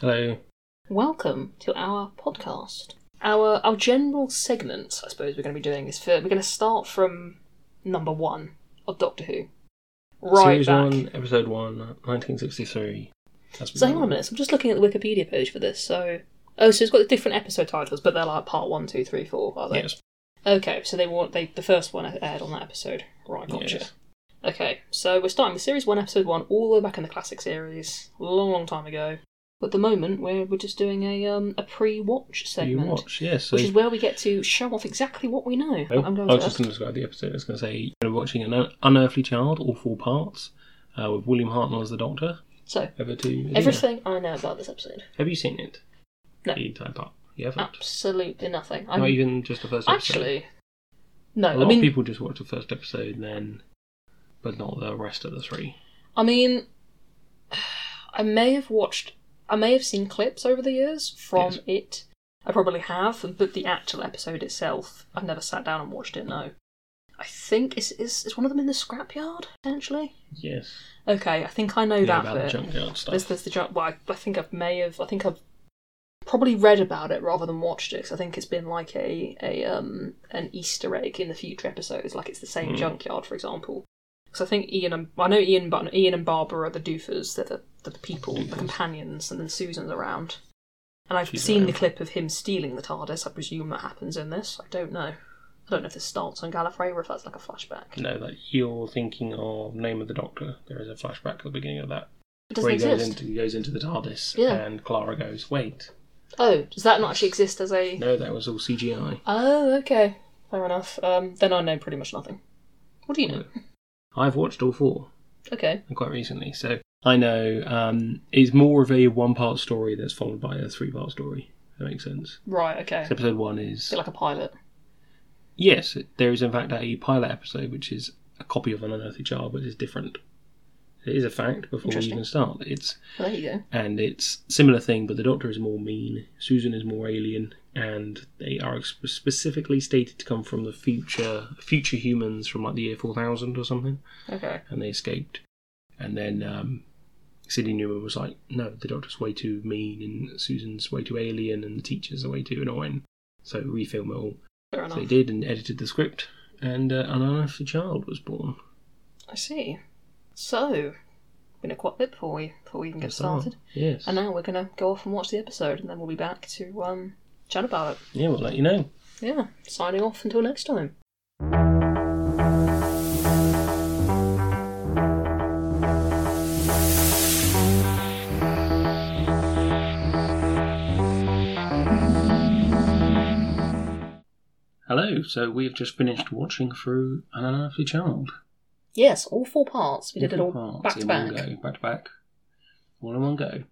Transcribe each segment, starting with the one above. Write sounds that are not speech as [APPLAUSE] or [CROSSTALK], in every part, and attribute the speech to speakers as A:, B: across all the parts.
A: Hello.
B: Welcome to our podcast. Our our general segment, I suppose, we're going to be doing is for we're going to start from number one of Doctor Who. Right
A: Series
B: back.
A: 1, Episode 1, 1963. That's
B: So hang on a minute. so I'm just looking at the Wikipedia page for this. So oh, so it's got different episode titles, but they're like part one, two, three, four, are they?
A: Yes.
B: Okay, so they want they the first one aired on that episode. Right, gotcha.
A: Yes.
B: Okay, so we're starting with series one, episode one, all the way back in the classic series, long, long time ago. But at the moment, we're we're just doing a um a pre-watch
A: You
B: segment,
A: watch, yes. So
B: which is where we get to show off exactly what we know.
A: Oh,
B: I'm going
A: I was
B: first.
A: just going to describe the episode. I was going to say you're watching an Un- unearthly child, all four parts, uh, with William Hartnell as the Doctor.
B: So
A: Over to Adina.
B: everything I know about this episode,
A: Have you seen it?
B: No.
A: The entire part. You haven't.
B: absolutely nothing.
A: Not
B: I
A: even just the first episode.
B: actually
A: a
B: no.
A: lot
B: I mean,
A: of people just watch the first episode, and then, but not the rest of the three.
B: I mean, I may have watched, I may have seen clips over the years from
A: Yes.
B: it. I probably have, but the actual episode itself, I've never sat down and watched it. No, I think is is is one of them in the scrapyard potentially.
A: Yes.
B: Okay, I think I know
A: yeah,
B: that
A: about the
B: bit.
A: junkyard stuff.
B: there's there's the jump. Well, I, I think I may have. I think I've probably read about it rather than watched it because I think it's been like a a um an Easter egg in the future episodes. Like it's the same
A: Hmm.
B: junkyard, for example. Because I think Ian and I know Ian, but Ian and Barbara are the doofers. They're the, they're the people, the
A: Doofers.
B: companions, and then Susan's around. And I've
A: She's
B: seen
A: around.
B: the clip of him stealing the TARDIS. I presume that happens in this. I don't know. I don't know if this starts on Gallifrey or if that's like a flashback.
A: No, that you're thinking of Name of the Doctor. There is a flashback at the beginning of that
B: It doesn't
A: where he goes
B: exist.
A: into, he goes into the TARDIS,
B: Yeah.
A: and Clara goes, "Wait,
B: Oh, does that not actually exist as a?
A: no, that was all CGI."
B: Oh, okay. Fair enough. Um, then I know pretty much nothing. What do you know?
A: I've watched all four
B: Okay.
A: and quite recently, so I know um, it's more of a one-part story that's followed by a three-part story. If that makes sense.
B: Right, okay.
A: So episode one
B: It's
A: is
B: like a pilot.
A: yes, there is in fact a pilot episode which is a copy of an unearthly child, but is different. It is a fact before we
B: Interesting.
A: even start. It's
B: Well, there you go.
A: and it's similar thing but the doctor is more mean susan is more alien and they are ex- specifically stated to come from the future future humans from like the year 4000 or something
B: Okay.
A: and they escaped and then um sidney newman was like no the doctor's way too mean and susan's way too alien and the teachers are way too annoying so refilm it all
B: Fair
A: so
B: enough.
A: they did and edited the script and uh, an unearthly child was born
B: I see. So, we know quite a bit before we, before we even get
A: That's all.
B: started.
A: yes
B: And now we're going to go off and watch the episode, and then we'll be back to um, chat about it.
A: yeah we'll let you know
B: Yeah. Signing off until next time.
A: hello so we've just finished watching through an unearthly child
B: Yes, all four parts. We did it all
A: Different
B: back
A: parts
B: to
A: in
B: back.
A: One go, back to back. All in one go.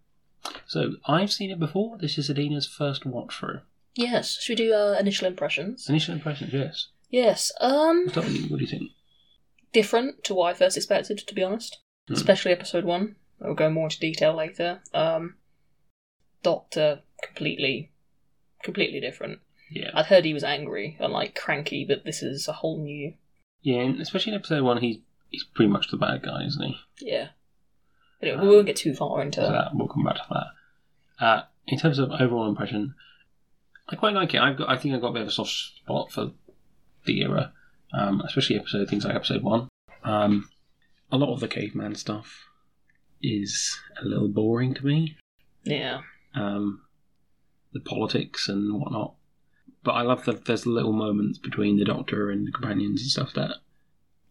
A: So I've seen it before. This is Adina's first watch through.
B: Yes. Should we do uh, initial impressions?
A: Initial impressions, yes.
B: Yes. Um,
A: What do you, what do you think?
B: different to what I first expected, to be honest.
A: Hmm.
B: Especially episode one. We'll go more into detail later. Um, Doctor completely, completely different.
A: Yeah,
B: I'd heard he was angry and like cranky, but this is a whole new.
A: yeah. And especially in episode one, he's he's pretty much the bad guy, isn't he?
B: Yeah. Anyway,
A: Um,
B: we won't get too far into
A: So
B: that.
A: that we'll come back to that. Uh, in terms of overall impression, I quite like it. I've got, I think I got a bit of a soft spot for the era, um, especially episode things like episode one. Um, a lot of the caveman stuff is a little boring to me.
B: Yeah.
A: um, the politics and whatnot. But I love that there's little moments between the Doctor and the companions and stuff that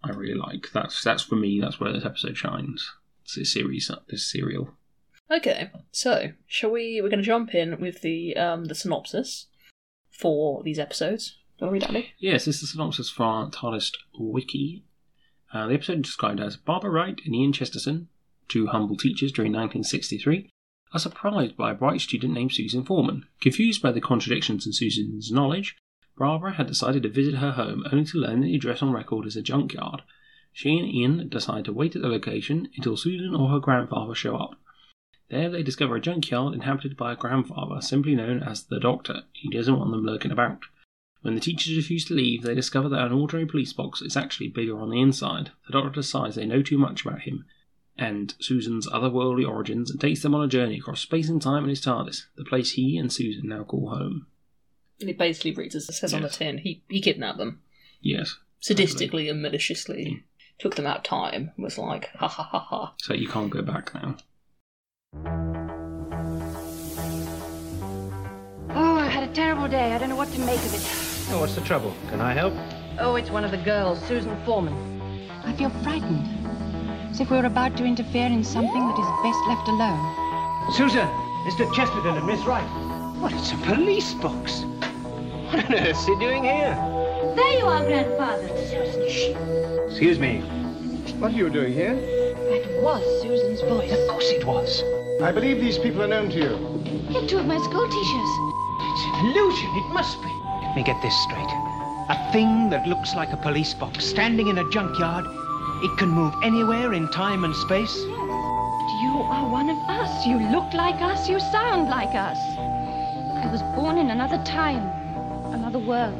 A: I really like. That's that's for me. That's where this episode shines. It's a series, not this serial.
B: Okay. So, shall we? We're going to jump in with the um the synopsis for these episodes. Do you want to read that, Lee?
A: Yes, this is the synopsis from TARDIS Wiki. Uh, the episode is described as Barbara Wright and Ian Chesterton, two humble teachers during 1963, are surprised by a bright student named Susan Foreman. Confused by the contradictions in Susan's knowledge, Barbara had decided to visit her home only to learn that the address on record is a junkyard. She and Ian decide to wait at the location until Susan or her grandfather show up. There they discover a junkyard inhabited by a grandfather, simply known as the Doctor. He doesn't want them lurking about. When the teachers refuse to leave, they discover that an ordinary police box is actually bigger on the inside. The doctor decides they know too much about him and Susan's otherworldly origins and takes them on a journey across space and time in his TARDIS, the place he and Susan now call home.
B: And it basically reads as it says on the
A: Yes.
B: tin. He he kidnapped them
A: Yes.
B: sadistically and
A: Hmm.
B: maliciously. Took them out of time. and Was like ha ha ha ha.
A: So you can't go back now.
C: Oh, I had a terrible day. I don't know what to make of it.
D: Now, what's the trouble? Can I help?
C: Oh, it's one of the girls, Susan Foreman. I feel frightened. As if we were about to interfere in something that is best left alone.
D: Susan! Mr. Chesterton and Miss Wright. What, it's a police box. What on earth's he doing here?
C: There you are, Grandfather. Susan, shh.
D: Excuse me. What are you doing here?
C: That was Susan's voice.
D: Of course it was.
E: I believe these people are known to you.
C: Hit two of my school teachers.
D: It's an illusion. It must be. Let me get this straight. A thing that looks like a police box standing in a junkyard. It can move anywhere in time and space.
C: You are one of us. You look like us. You sound like us. I was born in another time, another world.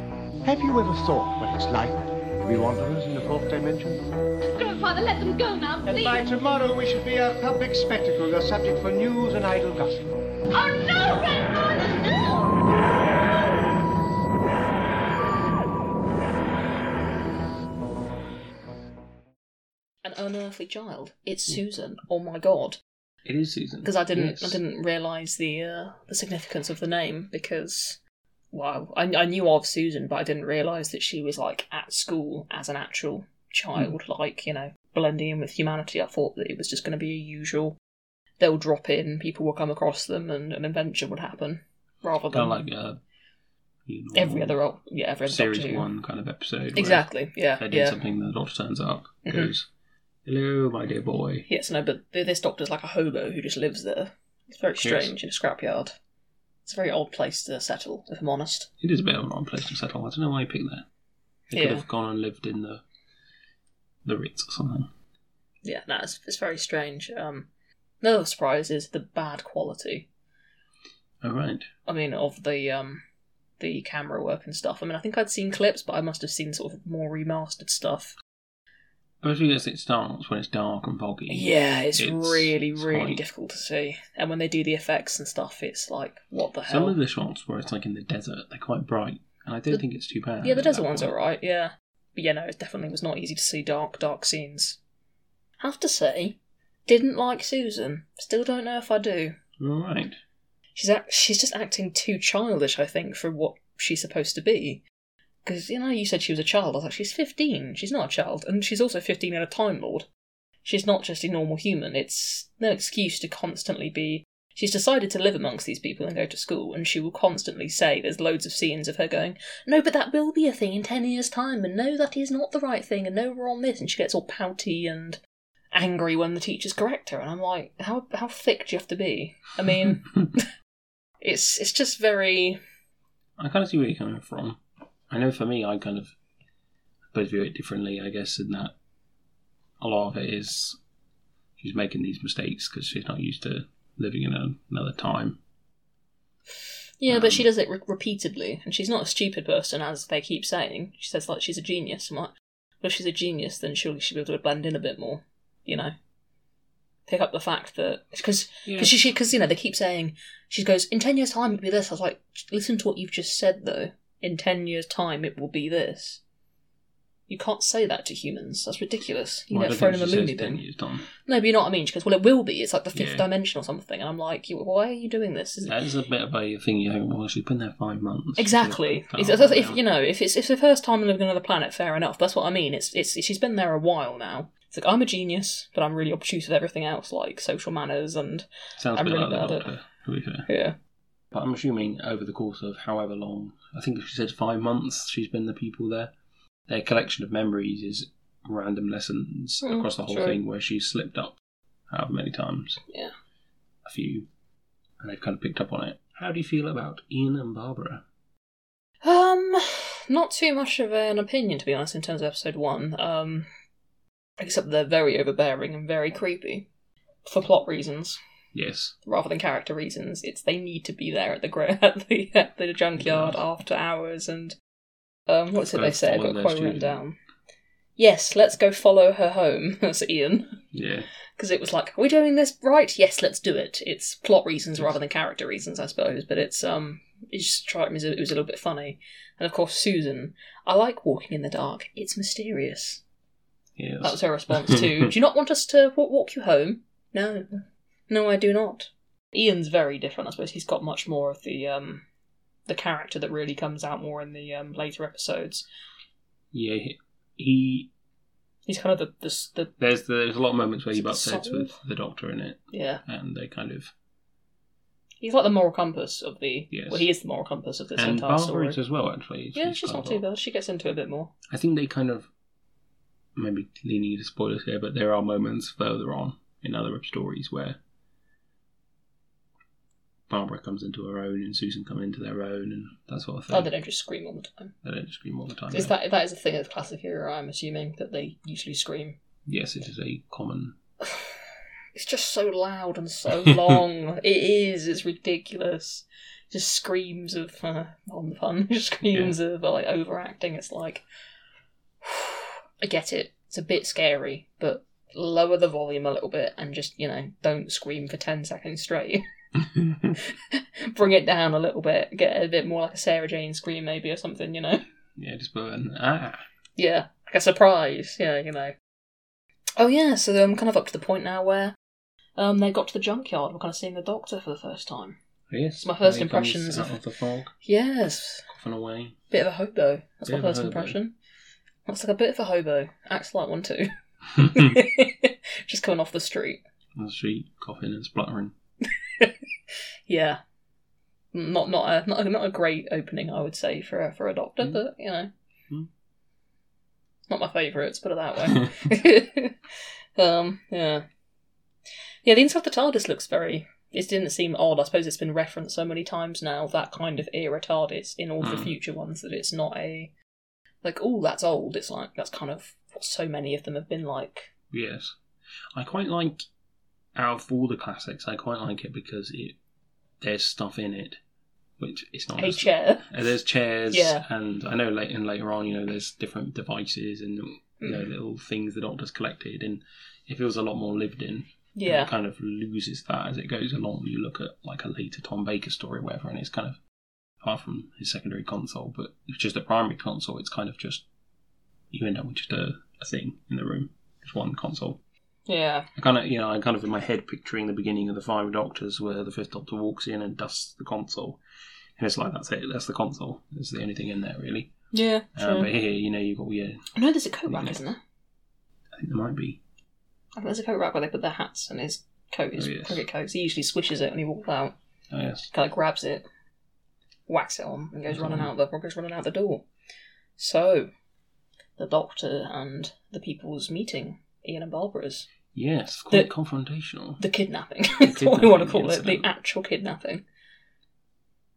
E: Have you ever thought what it's like to be wanderers in the fourth dimension?
C: Grandfather, let them go now, please.
E: By tomorrow, we should be a public spectacle, a subject for news and idle gossip.
C: Oh, no, Grandfather, no!
B: An unearthly child. It's Susan. Oh my god.
A: It is Susan.
B: Because I didn't
A: Hmm. Yes.
B: I didn't realise the uh, the significance of the name because wow I, I knew of Susan but I didn't realise that she was like at school as an
A: Hmm.
B: actual child like you know blending in with humanity. I thought that it was just going to be a usual. They'll drop in, people will come across them, and an adventure would happen rather
A: Kind
B: than
A: of like uh, you know,
B: every other old, yeah every other
A: series
B: Doctor Who.
A: one kind of episode. where
B: Exactly. Yeah.
A: They did
B: Yeah.
A: something. The doctor turns up,
B: Mhm.
A: goes, "Hello, my dear boy."
B: Yes. No. But th- this doctor's like a hobo who just lives there. It's very
A: Yes.
B: strange in a scrapyard. It's a very odd place to settle, if I'm honest.
A: It is a bit of an odd place to settle. I don't know why he picked that. He could
B: Yeah.
A: have gone and lived in the the Ritz or something.
B: Yeah. No. It's, it's very strange. Um, another surprise is the bad quality.
A: All right.
B: I mean, of the um, the camera work and stuff. I mean, I think I'd seen clips, but I must have seen sort of more remastered stuff.
A: Especially as it starts when it's dark and foggy.
B: Yeah, it's,
A: It's
B: really, really
A: quite-
B: difficult to see. And when they do the effects and stuff, it's like, what the hell?
A: Some of the shots where it's like in the desert, they're quite bright, and I don't
B: The-
A: think it's too bad.
B: Yeah, the
A: at that
B: desert one's
A: point.
B: alright, yeah. But yeah, no, it definitely was not easy to see dark, dark scenes. Have to say, didn't like Susan. Still don't know if I do.
A: All right.
B: She's act- she's just acting too childish, I think, for what she's supposed to be. Because, you know, you said she was a child. I was like, she's 15. She's not a child. And she's also 15 and a Time Lord. She's not just a normal human. It's no excuse to constantly be. She's decided to live amongst these people and go to school, and she will constantly say there's loads of scenes of her going, No, but that will be a thing in 10 years' time, and no, that is not the right thing, and no, we're on this. And she gets all pouty and angry when the teachers correct her. And I'm like, How, how thick do you have to be? I mean. It's it's just very
A: I kind of see where you're coming from. I know for me, I kind of both view it differently, I guess, in that a lot of it is she's making these mistakes because she's not used to living in a, another time.
B: yeah,
A: Um,
B: but she does it re- repeatedly, and she's not a stupid person as they keep saying. She says like she's a genius, and like, but if she's a genius, then surely she'll be able to blend in a bit more, you know. Pick up the fact that because because she because you know they keep saying she goes in ten years time it'll be this. I was like, listen to what you've just said though. In ten years time it will be this. You can't say that to humans. That's ridiculous. You
A: Well, I
B: get
A: don't
B: thrown in
A: think
B: the
A: she says
B: loony
A: 10
B: bin.
A: years time.
B: No, but you know what I mean. She goes, well, it will be. It's like the fifth
A: Yeah.
B: dimension or something. And I'm like, "You- why are you doing this? Is-
A: That is a bit of a thing you think, well, she's been there five
B: [LAUGHS]
A: months.
B: Exactly.
A: She
B: It's-
A: could've
B: it's-
A: done
B: if
A: that.
B: you know, if it's if the first time living on another planet, fair enough. That's what I mean. It's it's she's been there a while now. It's like I'm a genius, but I'm really obtuse with everything else, like social manners and
A: Sounds a
B: I'm
A: bit
B: really
A: like the
B: bad at-
A: doctor, to be fair.
B: yeah.
A: But I'm assuming over the course of however long, I think she said five months, she's been the pupil there. Their collection of memories is random lessons
B: Mm,
A: across the whole
B: true.
A: thing where she's slipped up however many times.
B: Yeah.
A: A few. And they've kind of picked up on it. How do you feel about Ian and Barbara?
B: Um, not too much of an opinion to be honest in terms of episode one. Um, except they're very overbearing and very creepy for plot reasons.
A: Yes.
B: rather than character reasons. It's they need to be there at the gra- [LAUGHS] at the at the junkyard
A: Yeah.
B: after hours and um, what's it
A: Go
B: they say? I've
A: follow
B: got a
A: their
B: quote written
A: student.
B: down. yes, let's go follow her home, [LAUGHS] as Ian.
A: Yeah.
B: Because it was like, are we doing this right? Yes, let's do it. It's plot reasons rather than character reasons, I suppose. But it's um, it just struck me as it was a little bit funny. And of course, Susan, I like walking in the dark. It's mysterious.
A: Yeah.
B: That was her response
A: [LAUGHS]
B: to, "Do you not want us to wa- walk you home?" No, no, I do not. Ian's very different. I suppose he's got much more of the um, the character that really comes out more in the um, later episodes.
A: yeah. he- He
B: He's kind of the the, s- the
A: there's there's a lot of moments where
B: Is
A: he
B: it the
A: butts heads
B: soul?
A: with the doctor in it,
B: yeah.
A: and they kind of
B: He's like the moral compass of the.
A: Yes.
B: Well, he is the moral compass of this
A: and
B: entire
A: Barbara
B: story.
A: is as well actually.
B: yeah, she's
A: quite
B: not
A: a
B: too
A: lot.
B: bad. She gets into it a bit more.
A: I think they kind of maybe leaning into spoilers here, but there are moments further on in other stories where Barbara comes into her own and Susan come into their own and that sort of thing.
B: Oh, they don't just scream all the time.
A: They don't scream all the time.
B: Is
A: no.
B: that that is a thing of classic hero? I'm assuming that they usually scream.
A: Yes, it is a
B: [LAUGHS]
A: common.
B: It's just so loud and so long. it is. It's ridiculous. Just screams of uh, on the pun. [LAUGHS] Just screams of uh, like overacting. It's like [SIGHS] I get it. It's a bit scary, but lower the volume a little bit and just you know don't scream for ten seconds straight. [LAUGHS] Bring it down a little bit. Get a bit more like a Sarah Jane scream maybe or something. You know.
A: yeah, just burn. Ah,
B: Yeah, like a surprise. Yeah, you know. Oh yeah, so I'm kind of up to the point now where um, they got to the junkyard. We're kind of seeing the doctor for the first time.
A: yes.
B: My first
A: there he comes
B: impressions
A: out
B: of-
A: of the fog,
B: Yes,
A: off
B: [LAUGHS]
A: and away.
B: bit of a hobo. That's
A: Bit
B: my
A: of a
B: first
A: hobo.
B: impression. Looks like a bit of a hobo. Acts like one
A: [LAUGHS]
B: too. [LAUGHS] Just coming off the street.
A: On the street, coughing and spluttering.
B: Yeah, not not a not a, not a great opening, I would say, for a, for a doctor.
A: Mm.
B: But you know,
A: Mm.
B: not my favourite. let's Put it that way. [LAUGHS]
A: [LAUGHS]
B: um, yeah. Yeah, the inside of the TARDIS looks very. It didn't seem odd. I suppose it's been referenced so many times now, that kind of era TARDIS, in all the
A: Mm.
B: future ones, that it's not a. Like, oh, that's old. It's like, that's kind of what so many of them have been like.
A: Yes. I quite like out of all the classics, I quite like it because it there's stuff in it which it's not
B: Hey,
A: just-
B: chair.
A: Uh, there's chairs
B: Yeah.
A: and I know later and later on, you know, there's different devices and you know,
B: Mm.
A: little things the doctor's collected and it feels a lot more lived in. And
B: Yeah.
A: It kind of loses that as it goes along. You look at like a later Tom Baker story or whatever and it's kind of apart from his secondary console, but it's just a primary console, it's kind of just you end up with just a, a thing in the room. Just one console.
B: Yeah.
A: I kind of, you know, I'm kind of in my head picturing the beginning of the Five Doctors, where the Fifth Doctor walks in and dusts the console, and it's like that's it, that's the console. That's the only thing in there really.
B: Yeah.
A: Um, but Mm. here, you know, you've got yeah,
B: I know there's a coat rack, isn't there?
A: I think there might be.
B: I think there's a coat rack where they put their hats and his coat, his
A: Oh, yes.
B: cricket coats. He usually swishes it when he walks out.
A: Oh yes,
B: Kind of grabs it, whacks it on, and goes
A: Whacks it
B: running
A: on.
B: out the goes running out the door. So, the doctor and the people's meeting, Ian and Barbara's,
A: yes, quite
B: The-
A: confrontational.
B: the kidnapping.
A: The
B: [LAUGHS] That's what we want to
A: kidnapping um,
B: call it.
A: incident.
B: The actual kidnapping.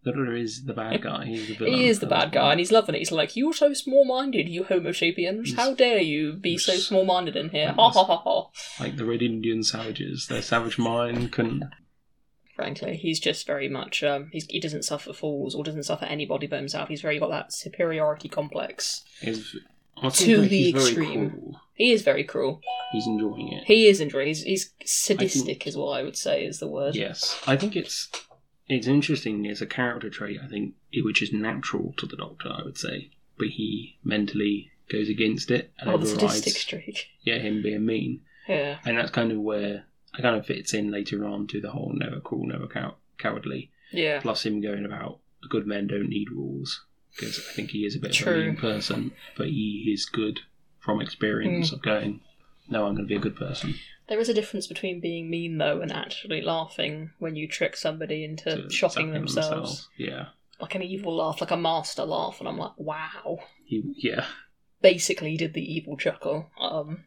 A: The Doctor is the bad guy. He's the villain.
B: he is the
A: at
B: bad
A: this
B: guy, and
A: point.
B: he's loving it. He's like, "You're so small-minded, you Homo sapiens. How dare you be so
A: Yes.
B: small-minded in here?" Ha ha ha ha.
A: like the Red Indian savages. Their savage mind couldn't.
B: frankly. He's just very much um, he's, he doesn't suffer fools or doesn't suffer anybody but himself. He's very got that superiority complex.
A: Is I
B: To
A: think
B: the
A: he's very
B: extreme.
A: cool.
B: He is very cruel.
A: He's enjoying it.
B: He is injured. He's, he's sadistic, is what I would say is the word.
A: Yes, I think it's it's interesting. It's a character trait, I think, which is natural to the Doctor. I would say, but he mentally goes against it and
B: Oh, the sadistic
A: overrides
B: streak.
A: yeah him being mean,
B: Yeah,
A: and that's kind of where I kind of fits in later on to the whole never cruel, never cow- cowardly.
B: yeah,
A: Plus him going about good men don't need rules because I think he is a bit of
B: True.
A: a mean person, but he is good from
B: Hmm.
A: experience of going. No, I'm going to be a good person.
B: there is a difference between being mean though and actually laughing when you trick somebody into
A: to
B: shocking
A: sucking
B: themselves.
A: Yeah.
B: like an evil laugh, like a master laugh, and I'm like, wow.
A: He, yeah.
B: [LAUGHS]
A: [LAUGHS]
B: basically did the evil chuckle. Um,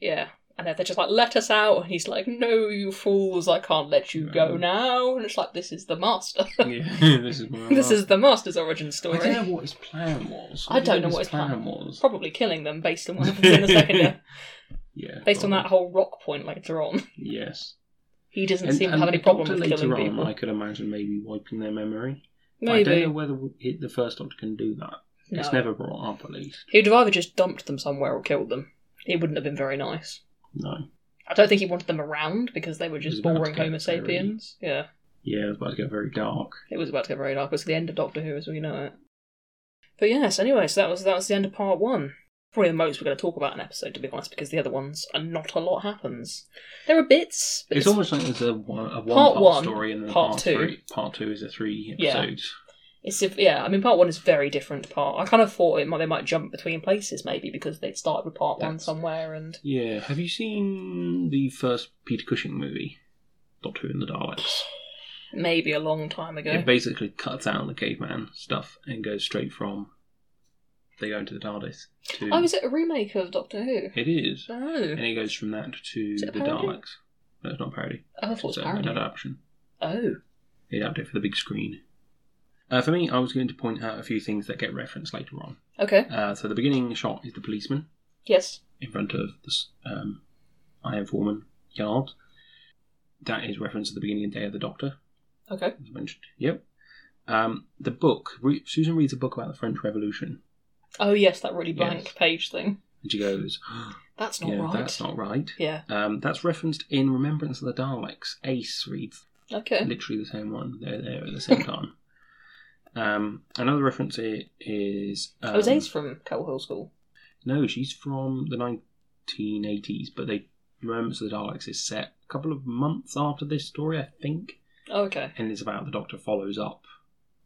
B: yeah. And then they're just like, let us out. And he's like, no, you fools, I can't let you go
A: Right.
B: now. And it's like, this is the master. [LAUGHS]
A: yeah. this is where I'm
B: this
A: at.
B: is the master's origin story.
A: I don't know what his plan was.
B: [LAUGHS] I don't know what his plan, was.
A: was.
B: Probably killing them based on what happens in the
A: [LAUGHS]
B: second,
A: Yeah.
B: based on
A: probably.
B: that whole rock point later on.
A: Yes.
B: He doesn't seem to have any
A: the
B: problem
A: Doctor
B: with killing
A: later on,
B: people.
A: I could imagine maybe wiping their memory. I don't
B: Maybe.
A: know whether it- the first Doctor can do that.
B: No.
A: It's never brought up, at least.
B: He would have either just dumped them somewhere or killed them. It wouldn't have been very nice.
A: No.
B: I don't think he wanted them around because they were
A: was
B: just
A: about to
B: boring
A: get
B: Homo
A: very-
B: sapiens. Yeah,
A: Yeah, it's about to get very dark.
B: it was about to get very dark. It was the end of Doctor Who as we know it. But yes, anyway, so that was that was the end of part one. Probably the most we're going to talk about in an episode, to be honest, because the other ones are not a lot happens. There are bits, but
A: It's
B: it's,
A: almost like there's a one, a one
B: Part
A: part,
B: one,
A: story and then
B: part
A: part,
B: two.
A: three. Part two is a three
B: Yeah.
A: episodes.
B: it's if- yeah. I mean, part one is very different. to Part I kind of thought it might they might jump between places maybe because they'd started with part one
A: That's-
B: somewhere and
A: Yeah. Have you seen the first Peter Cushing movie, Doctor Who and the Daleks?
B: maybe a long time ago.
A: It basically cuts out the caveman stuff and goes straight from they go into the TARDIS to
B: oh, is it a remake of Doctor Who?
A: it is,
B: Oh,
A: and it goes from that to
B: Is
A: the
B: it a parody?
A: Daleks. No, it's not a parody.
B: Oh, I thought it was
A: It's
B: a
A: an
B: parody.
A: adaptation.
B: Oh,
A: They adapt it for the big screen. Uh, for me, I was going to point out a few things that get referenced later on.
B: okay.
A: Uh, so the beginning shot is the policeman
B: Yes.
A: in front of this um, Iron Foreman yard. That is referenced at the beginning of Day of the Doctor.
B: Okay.
A: as mentioned. Yep. Um, the book. Re- Susan reads a book about the French Revolution,
B: Oh yes, that really blank
A: Yes.
B: page thing.
A: and she goes,
B: That's not
A: "Yeah,
B: right.
A: that's not right."
B: Yeah.
A: Um, that's referenced in Remembrance of the Daleks. Ace reads
B: Okay.
A: literally the same one. They're there at
B: [LAUGHS]
A: the same time. Um, another reference here is. Um,
B: oh, is Ace from Kettle Hill School?
A: No, she's from the 1980s, but they Remembrance of the Daleks is set a couple of months after this story, I think.
B: Oh, okay.
A: and it's about the Doctor follows up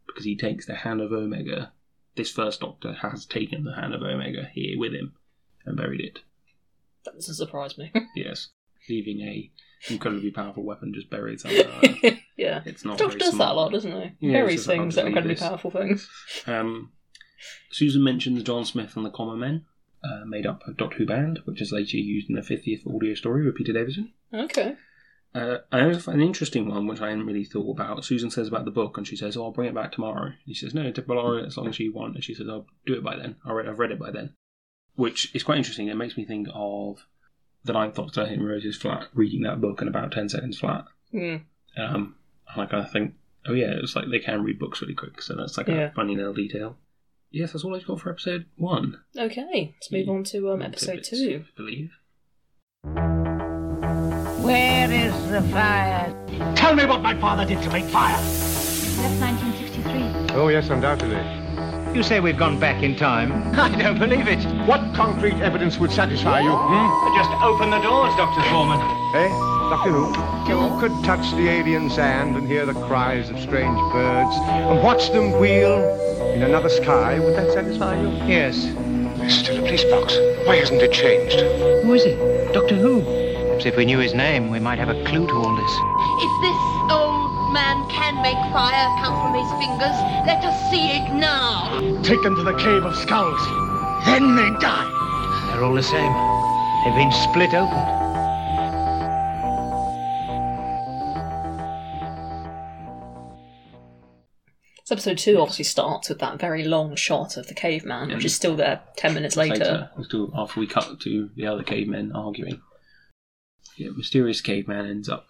A: because he takes the hand of Omega. This first Doctor has taken the hand of Omega here with him and buried it.
B: That doesn't surprise me. [LAUGHS]
A: Yes, leaving a incredibly powerful weapon just
B: [LAUGHS]
A: buried somewhere.
B: yeah.
A: it's not.
B: Doc
A: very
B: does that a
A: smart.
B: lot, doesn't he?
A: Yeah,
B: Buries
A: it's just like, I'll
B: things
A: just
B: that are
A: leave
B: incredibly
A: this.
B: powerful things.
A: Um, Susan mentions John Smith and the Common Men, uh, made up of Doctor Who band, which is later used in the 50th audio story with Peter Davison.
B: Okay.
A: Uh, I also find an interesting one, which I hadn't really thought about. Susan says about the book, and she says, "Oh, I'll bring it back tomorrow." And he says, "No, to borrow it as long as you want." And she says, "I'll do it by then. All right, I've read it by then," which is quite interesting. It makes me think of the Ninth Doctor in Rose's flat, reading that book in about ten seconds flat.
B: Hmm.
A: Um, and I kind of think, "Oh yeah, it's like they can read books really quick." So that's like
B: Yeah.
A: a funny little detail. Yes, that's all I've got for episode one.
B: Okay. Let's move
A: Yeah.
B: on to um, episode
A: Tidbits,
B: two.
A: I believe.
F: Where is the fire?
D: Tell me what my father did to make fire.
C: That's 1963.
E: Oh, yes, undoubtedly.
D: You say we've gone back in time? [LAUGHS] I don't believe it.
E: What concrete evidence would satisfy you, hmm?
D: Just open the doors, Dr. Foreman.
E: Eh? Doctor Who? You could touch the alien sand and hear the cries of strange birds and watch them wheel in another sky. Would that satisfy you?
D: Yes.
G: There's still a police box. Why hasn't it changed?
D: Who is he? Doctor Who? Perhaps if we knew his name, we might have a clue to all this.
F: If this old man can make fire come from his fingers, let us see it now.
D: Take them to the Cave of Skulls. Then they die. They're all the same. They've been split open.
B: So episode two obviously starts with that very long shot of the caveman, which
A: Yeah.
B: is still there ten minutes later.
A: Still after we cut to the other cavemen arguing. Yeah, mysterious caveman ends up.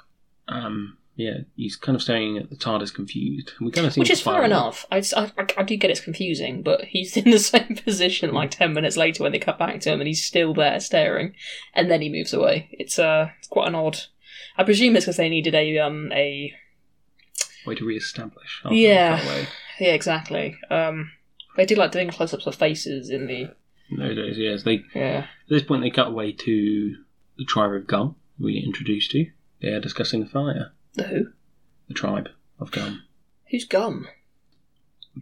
A: Um, yeah, he's kind of staring at the TARDIS confused. We kind of see
B: Which
A: him
B: is fair
A: spiral.
B: enough. I, I, I do get it's confusing, but he's in the [LAUGHS] same position like 10 minutes later when they cut back to him and he's still there staring, and then he moves away. It's, uh, it's quite an odd. I presume it's because they needed a. um a
A: Way to re-establish. after
B: Yeah.
A: they cut away.
B: Yeah, exactly. Um, they do like doing close ups of faces in the.
A: In those days, yes. They at
B: Yeah.
A: this point they cut away to the tribe of Gum. We get introduced to. They are discussing the fire.
B: The who?
A: The tribe of Gum.
B: Who's Gum?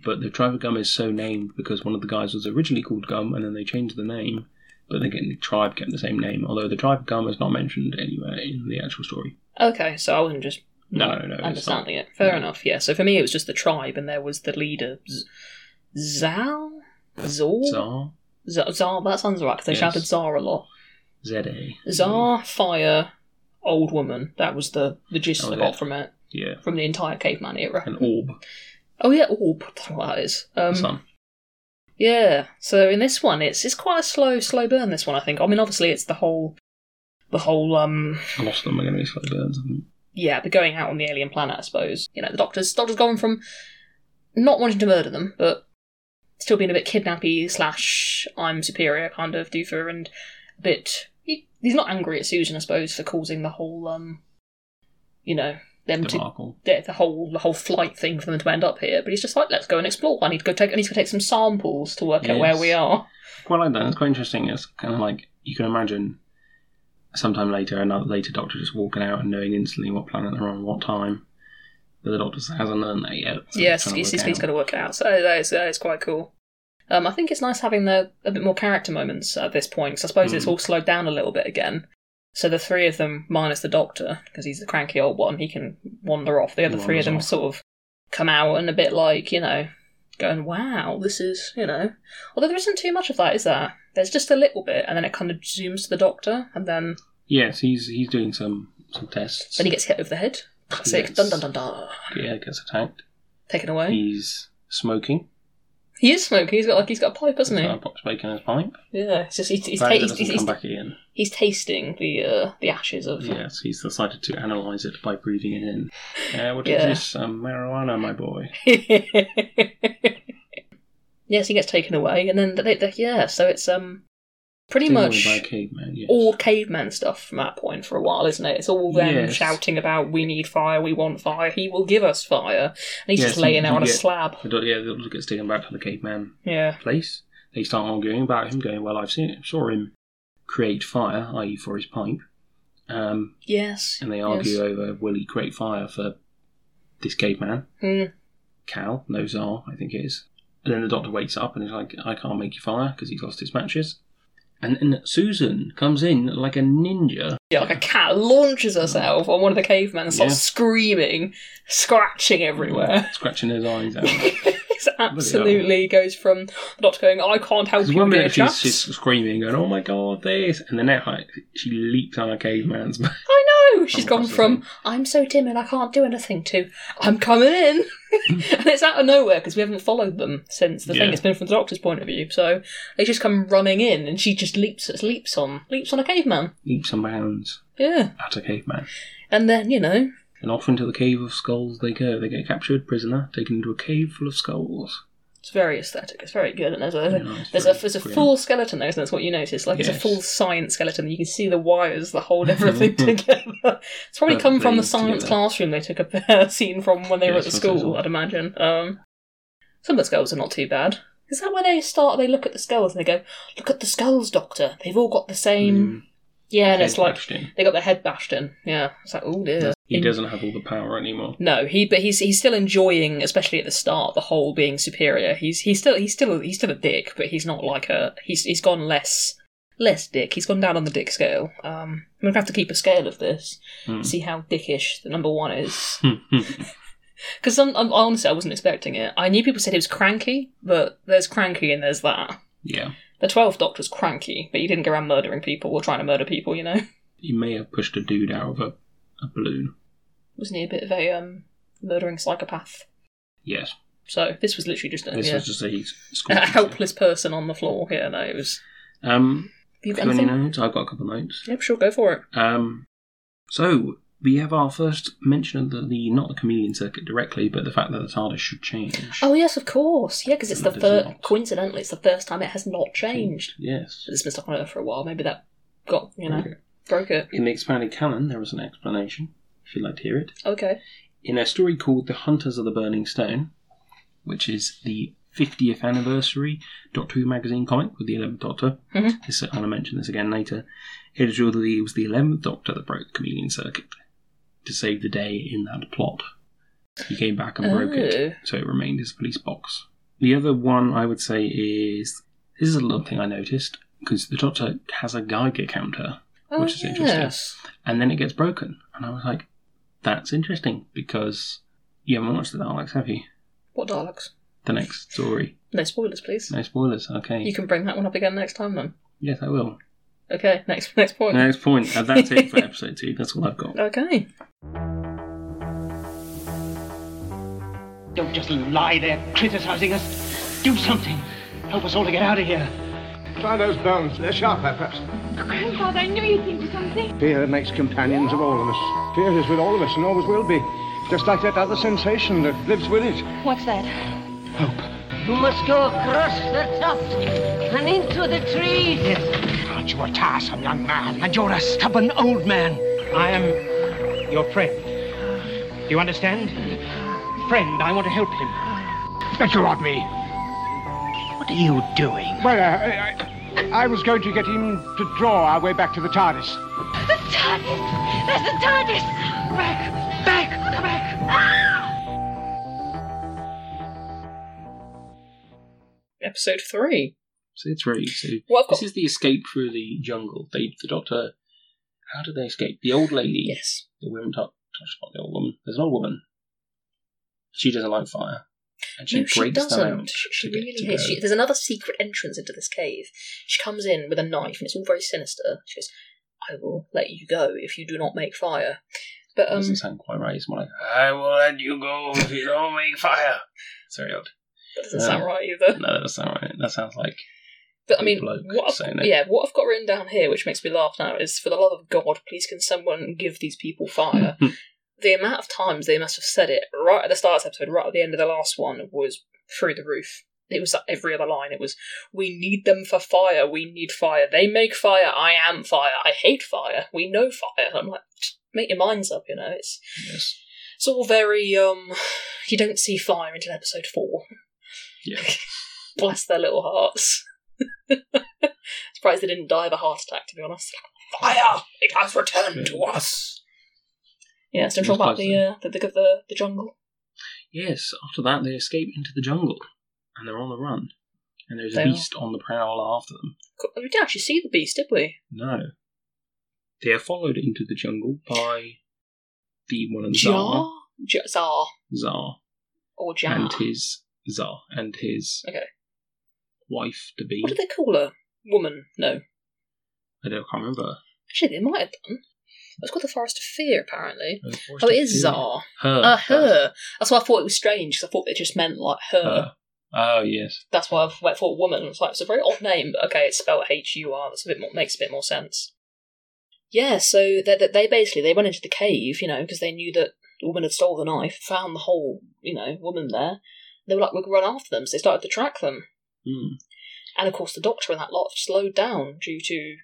A: But the tribe of Gum is so named because one of the guys was originally called Gum, and then they changed the name. But again, the tribe kept the same name, although the tribe of Gum is not mentioned anywhere in the actual story.
B: Okay, so I wasn't just
A: No,
B: not
A: no, it's
B: understanding
A: not.
B: it. Fair
A: No.
B: enough, yeah. So for me, it was just the tribe, and there was the leader, Z- Zal? Zor?
A: Tsar,
B: Z- Zar, that sounds right, 'cause they
A: Yes.
B: shouted Zar a lot.
A: ZA.
B: Czar, fire, old woman. That was the, the gist
A: Oh,
B: I
A: yeah.
B: got from it,
A: Yeah.
B: from the entire caveman era.
A: An orb.
B: Oh yeah, orb. I don't know what that is. Um,
A: Sun.
B: yeah. So in this one, it's it's quite a slow slow burn. This one, I think. I mean, obviously, it's the whole the whole um
A: I lost them. They're going to be slow burns. I think.
B: yeah, but going out on the alien planet, I suppose. You know, the doctor's doctor's gone from not wanting to murder them, but still being a bit kidnappy slash I'm superior kind of doofer and a bit he, he's not angry at Susan I suppose for causing the whole um you know them to
A: debacle.
B: the, the whole the whole flight thing for them to end up here but he's just like let's go and explore I need to go take I need to go take some samples to work out where
A: Yes.
B: we are
A: Quite like that. It's quite interesting. It's kind of like you can imagine sometime later another later Doctor just walking out and knowing instantly what planet they're on, what time. But the Doctor hasn't learned that yet. so
B: yes
A: trying to
B: he's,
A: work
B: he's, he's
A: out.
B: got to work it out so that is, that is quite cool um, I think it's nice having the a bit more character moments at this point 'cause I suppose it's
A: Hmm.
B: all slowed down a little bit again so the three of them minus the doctor because he's the cranky old one he can wander off the other
A: He
B: three of
A: wanders
B: them
A: off.
B: sort of come out and a bit like you know going wow this is you know although there isn't too much of that is there there's just a little bit and then it kind of zooms to the doctor and then
A: Yes, he's he's doing some some tests.
B: then he gets hit over the head classic
A: Yes.
B: dun
A: Hmm.
B: dun dun dun
A: yeah, gets attacked.
B: taken away
A: He's smoking.
B: he is smoking he's got like he's got a pipe hasn't he
A: He's got a box bacon in his pipe.
B: Yeah, it's just he's he's, ta-
A: Apparently
B: he's,
A: doesn't
B: he's,
A: come back again.
B: he's tasting the uh, the ashes of
A: Yes, he's decided to analyse it by breathing it in. Yeah, what is
B: Yeah.
A: this? Um, marijuana, my boy.
B: [LAUGHS] yes, he gets taken away, and then they, they, yeah, so it's um pretty
A: Taken away
B: much
A: by a caveman, yes.
B: all caveman stuff from that point for a while, isn't it? It's all them
A: Yes.
B: shouting about we need fire, we want fire, he will give us fire, and he's
A: Yes,
B: just laying
A: you-
B: there
A: you
B: on a
A: get-
B: slab.
A: The do- yeah, the doctor gets taken back to the caveman
B: Yeah,
A: place. They start arguing about him, going, "Well, I've seen it, saw him create fire, i.e., for his pipe." Um,
B: yes,
A: and they
B: yes.
A: argue over will he create fire for this caveman?
B: Hmm.
A: Cal, no Czar, I think it is. And then the doctor wakes up and is like, "I can't make you fire" because he's lost his matches. And then Susan comes in like a ninja.
B: Yeah, like a cat launches herself on one of the cavemen and starts
A: Yeah.
B: screaming, scratching [LAUGHS] everywhere.
A: Scratching his eyes out.
B: it's absolutely goes from the doctor going, I can't help
A: Because
B: you,
A: one
B: dear
A: minute she's,
B: chaps.
A: she's screaming, going, "Oh my god, this!" and the next like, she leaps on a caveman's [LAUGHS] back.
B: I know! She's
A: Come
B: gone
A: across the
B: from, I'm so timid I can't do anything to, I'm coming in!
A: [LAUGHS]
B: and it's out of nowhere because we haven't followed them since the
A: Yeah.
B: thing. It's been from the doctor's point of view. So they just come running in and she just leaps leaps on, leaps on a caveman.
A: leaps and bounds
B: Yeah.
A: at a caveman.
B: And then, you know,
A: And off into the cave of skulls they go. They get captured, prisoner, taken into a cave full of skulls.
B: It's very aesthetic. It's very good, and there's a
A: Yeah, it's
B: there's
A: very
B: a there's a
A: brilliant.
B: full skeleton there, isn't there? That's what you notice. Like it's
A: Yes.
B: a full science skeleton. You can see the wires that
A: [LAUGHS]
B: hold everything together. It's probably come from the
A: Perfectly
B: science
A: together.
B: classroom they took a [LAUGHS] scene from when they were at
A: Yes,
B: the
A: that's it.
B: school, I'd imagine. Um, some of the skulls are not too bad. Is that where they start? They look at the skulls and they go, "Look at the skulls, Doctor. They've all got the same." Yeah, and it's
A: Hmm. Head
B: like
A: bashed in.
B: they got their head bashed in. Yeah, it's like, oh dear.
A: He
B: In-
A: doesn't have all the power
B: [LAUGHS]
A: anymore. [LAUGHS]
B: no, he but he's he's still enjoying, especially at the start, the whole being superior. He's he's still he's still he's still a dick, but he's not like a he's he's gone less less dick. He's gone down on the dick scale. Um, I'm gonna have to keep a scale of this,
A: Hmm.
B: see how dickish the number one is.
A: yeah,
B: Because I'm, I'm honestly, I wasn't expecting it. I knew people said he was cranky, but there's cranky and there's that. The twelfth Doctor's cranky, but he didn't go around murdering people or trying to murder people. You know, [LAUGHS]
A: he may have pushed a dude out of a, a balloon.
B: wasn't he a bit of a um murdering psychopath?
A: Yes,
B: So this was literally just a,
A: this
B: yeah.
A: was just a he's
B: [LAUGHS] a helpless person on the floor. Yeah, no, it was.
A: Um,
B: You got
A: got any
B: anything?
A: notes? I've got a couple of notes.
B: Yep, sure, go for it.
A: Um, so we have our first mention of the, the not the chameleon circuit directly, but the fact that the TARDIS should change.
B: Oh yes, of course. Yeah, because it's the
A: That is
B: first.
A: not-
B: Coincidentally, it's the first time it has not changed.
A: yes.
B: It's been stuck on Earth for a while. Maybe that got you know
A: Okay.
B: broke it.
A: In the expanded canon, there is an explanation, if you'd like to hear it.
B: Okay.
A: In a story called The Hunters of the Burning Stone, which is the 50th anniversary Doctor Who magazine comic with the 11th Doctor,
B: Mhm.
A: this, I'm going to mention this again later, it is revealed that it was the 11th Doctor that broke the chameleon circuit to save the day in that plot. He came back and broke it,
B: Oh.
A: so it remained as a police box. The other one I would say is this is a little thing I noticed because the Doctor has a Geiger counter
B: Oh,
A: Which is interesting. and then it gets broken. And I was like, that's interesting because you haven't watched the Daleks, have you?
B: What Daleks?
A: The next story.
B: No spoilers, please.
A: No spoilers, okay.
B: You can bring that one up again next time, then.
A: Yes, I will.
B: Okay. [LAUGHS] Next. Next point.
A: Next point. And that's it for episode two. That's all I've got.
B: Okay.
D: Don't just lie there criticizing us. Do something. Help us all to get out of here.
E: Try those bones. They're sharper, perhaps.
C: Grandfather, I knew you'd think of something.
E: Fear makes companions of all of us. Fear is with all of us and always will be. Just like that other sensation that lives with it.
C: What's that?
E: Hope.
H: You must go across the top and into the trees.
D: Aren't you a tiresome young man? And you're a stubborn old man. I am your friend. Do you understand? Friend, I want to help him.
G: Don't you want me?
D: What are you doing?
E: Well, uh, I, I, I was going to get him to draw our way back to the TARDIS.
C: The TARDIS! There's the TARDIS! Back! Back! Back! Ah!
B: Episode three.
A: So it's really so.
B: What I've got-
A: This is the escape through the jungle. They, the doctor. How did they escape? The old lady.
B: Yes.
A: that we haven't tou- touched upon the old woman. There's an old woman. She doesn't like fire. And she
B: no, she
A: breaks them out.
B: doesn't. She, she
A: to get
B: really
A: to
B: hates.
A: go.
B: She, there's another secret entrance into this cave. She comes in with a knife, and it's all very sinister. She goes, "I will let you go if you do not make fire." But um,
A: doesn't sound quite right. It's more like, I will let you go if you don't make fire. [LAUGHS] It's very odd.
B: that doesn't sound
A: um,
B: right [LAUGHS] either.
A: No, that doesn't sound right. That sounds like.
B: But I mean,
A: bloke
B: what I've,
A: saying it.
B: yeah, what I've got written down here, which makes me laugh now, is for the love of God, please can someone give these people fire? the amount of times they must have said it right at the start of this episode, right at the end of the last one, was through the roof. It was like every other line. It was, "We need them for fire. We need fire. They make fire. I am fire. I hate fire. We know fire." I'm like, make your minds up, you know. It's
A: Yes.
B: it's all very um. You don't see fire until episode four.
A: Yeah.
B: Bless their little hearts. [LAUGHS] Surprised they didn't die of a heart attack, to be honest. Fire! It has returned to us! Yeah, so
A: It
B: talk
A: was
B: about
A: close,
B: the, uh, the, the, the, the jungle.
A: Yes, after that, they escape into the jungle. And they're on the run. And there's a
B: They are.
A: beast on the prowl after them.
B: Co- We didn't actually see the beast, did we?
A: No. They are followed into the jungle by the one and
B: Jar?
A: Czar.
B: J- Zar.
A: Czar.
B: Or Jar.
A: And his. Czar. And his.
B: Okay.
A: Wife to be.
B: What did they call her? Woman? No.
A: I don't can't remember.
B: Actually, they might have done. It's called the Forest of Fear, apparently.
A: Oh,
B: Oh, it is Zar.
A: Her.
B: Uh, her. That's why I thought it was strange, because I thought it just meant, like, her.
A: Her. Oh, yes.
B: That's why I've went for woman. It's like it's a very odd name, but okay, it's spelled H U R. That's a bit more makes a bit more sense. Yeah, so that they, they basically they went into the cave, you know, because they knew that the woman had stole the knife, found the whole, you know, woman there. They were like, we can run after them, so they started to track them. Hmm.
A: Mm.
B: And of course, the doctor and that lot slowed down due to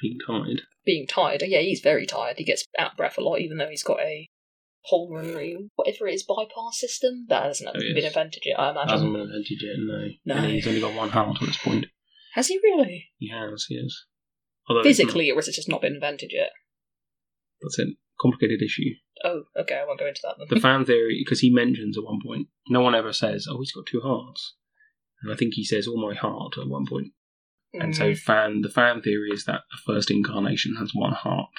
A: Being tied.
B: being tired. Yeah, he's very tired. He gets out of breath a lot, even though he's got a pulmonary whatever it is bypass system that hasn't
A: Oh, yes.
B: been invented yet. I imagine.
A: Hasn't been invented yet, no.
B: No.
A: And he's only got one heart at this point.
B: Has he really?
A: He has, yes. Although it's not-
B: Physically, or is it just not been invented yet?
A: That's a complicated issue.
B: Oh, okay, I won't go into that then.
A: The fan theory, because he mentions at one point, no one ever says, oh, he's got two hearts. And I think he says, oh, my heart at one point. And so fan the fan theory is that the first incarnation has one heart,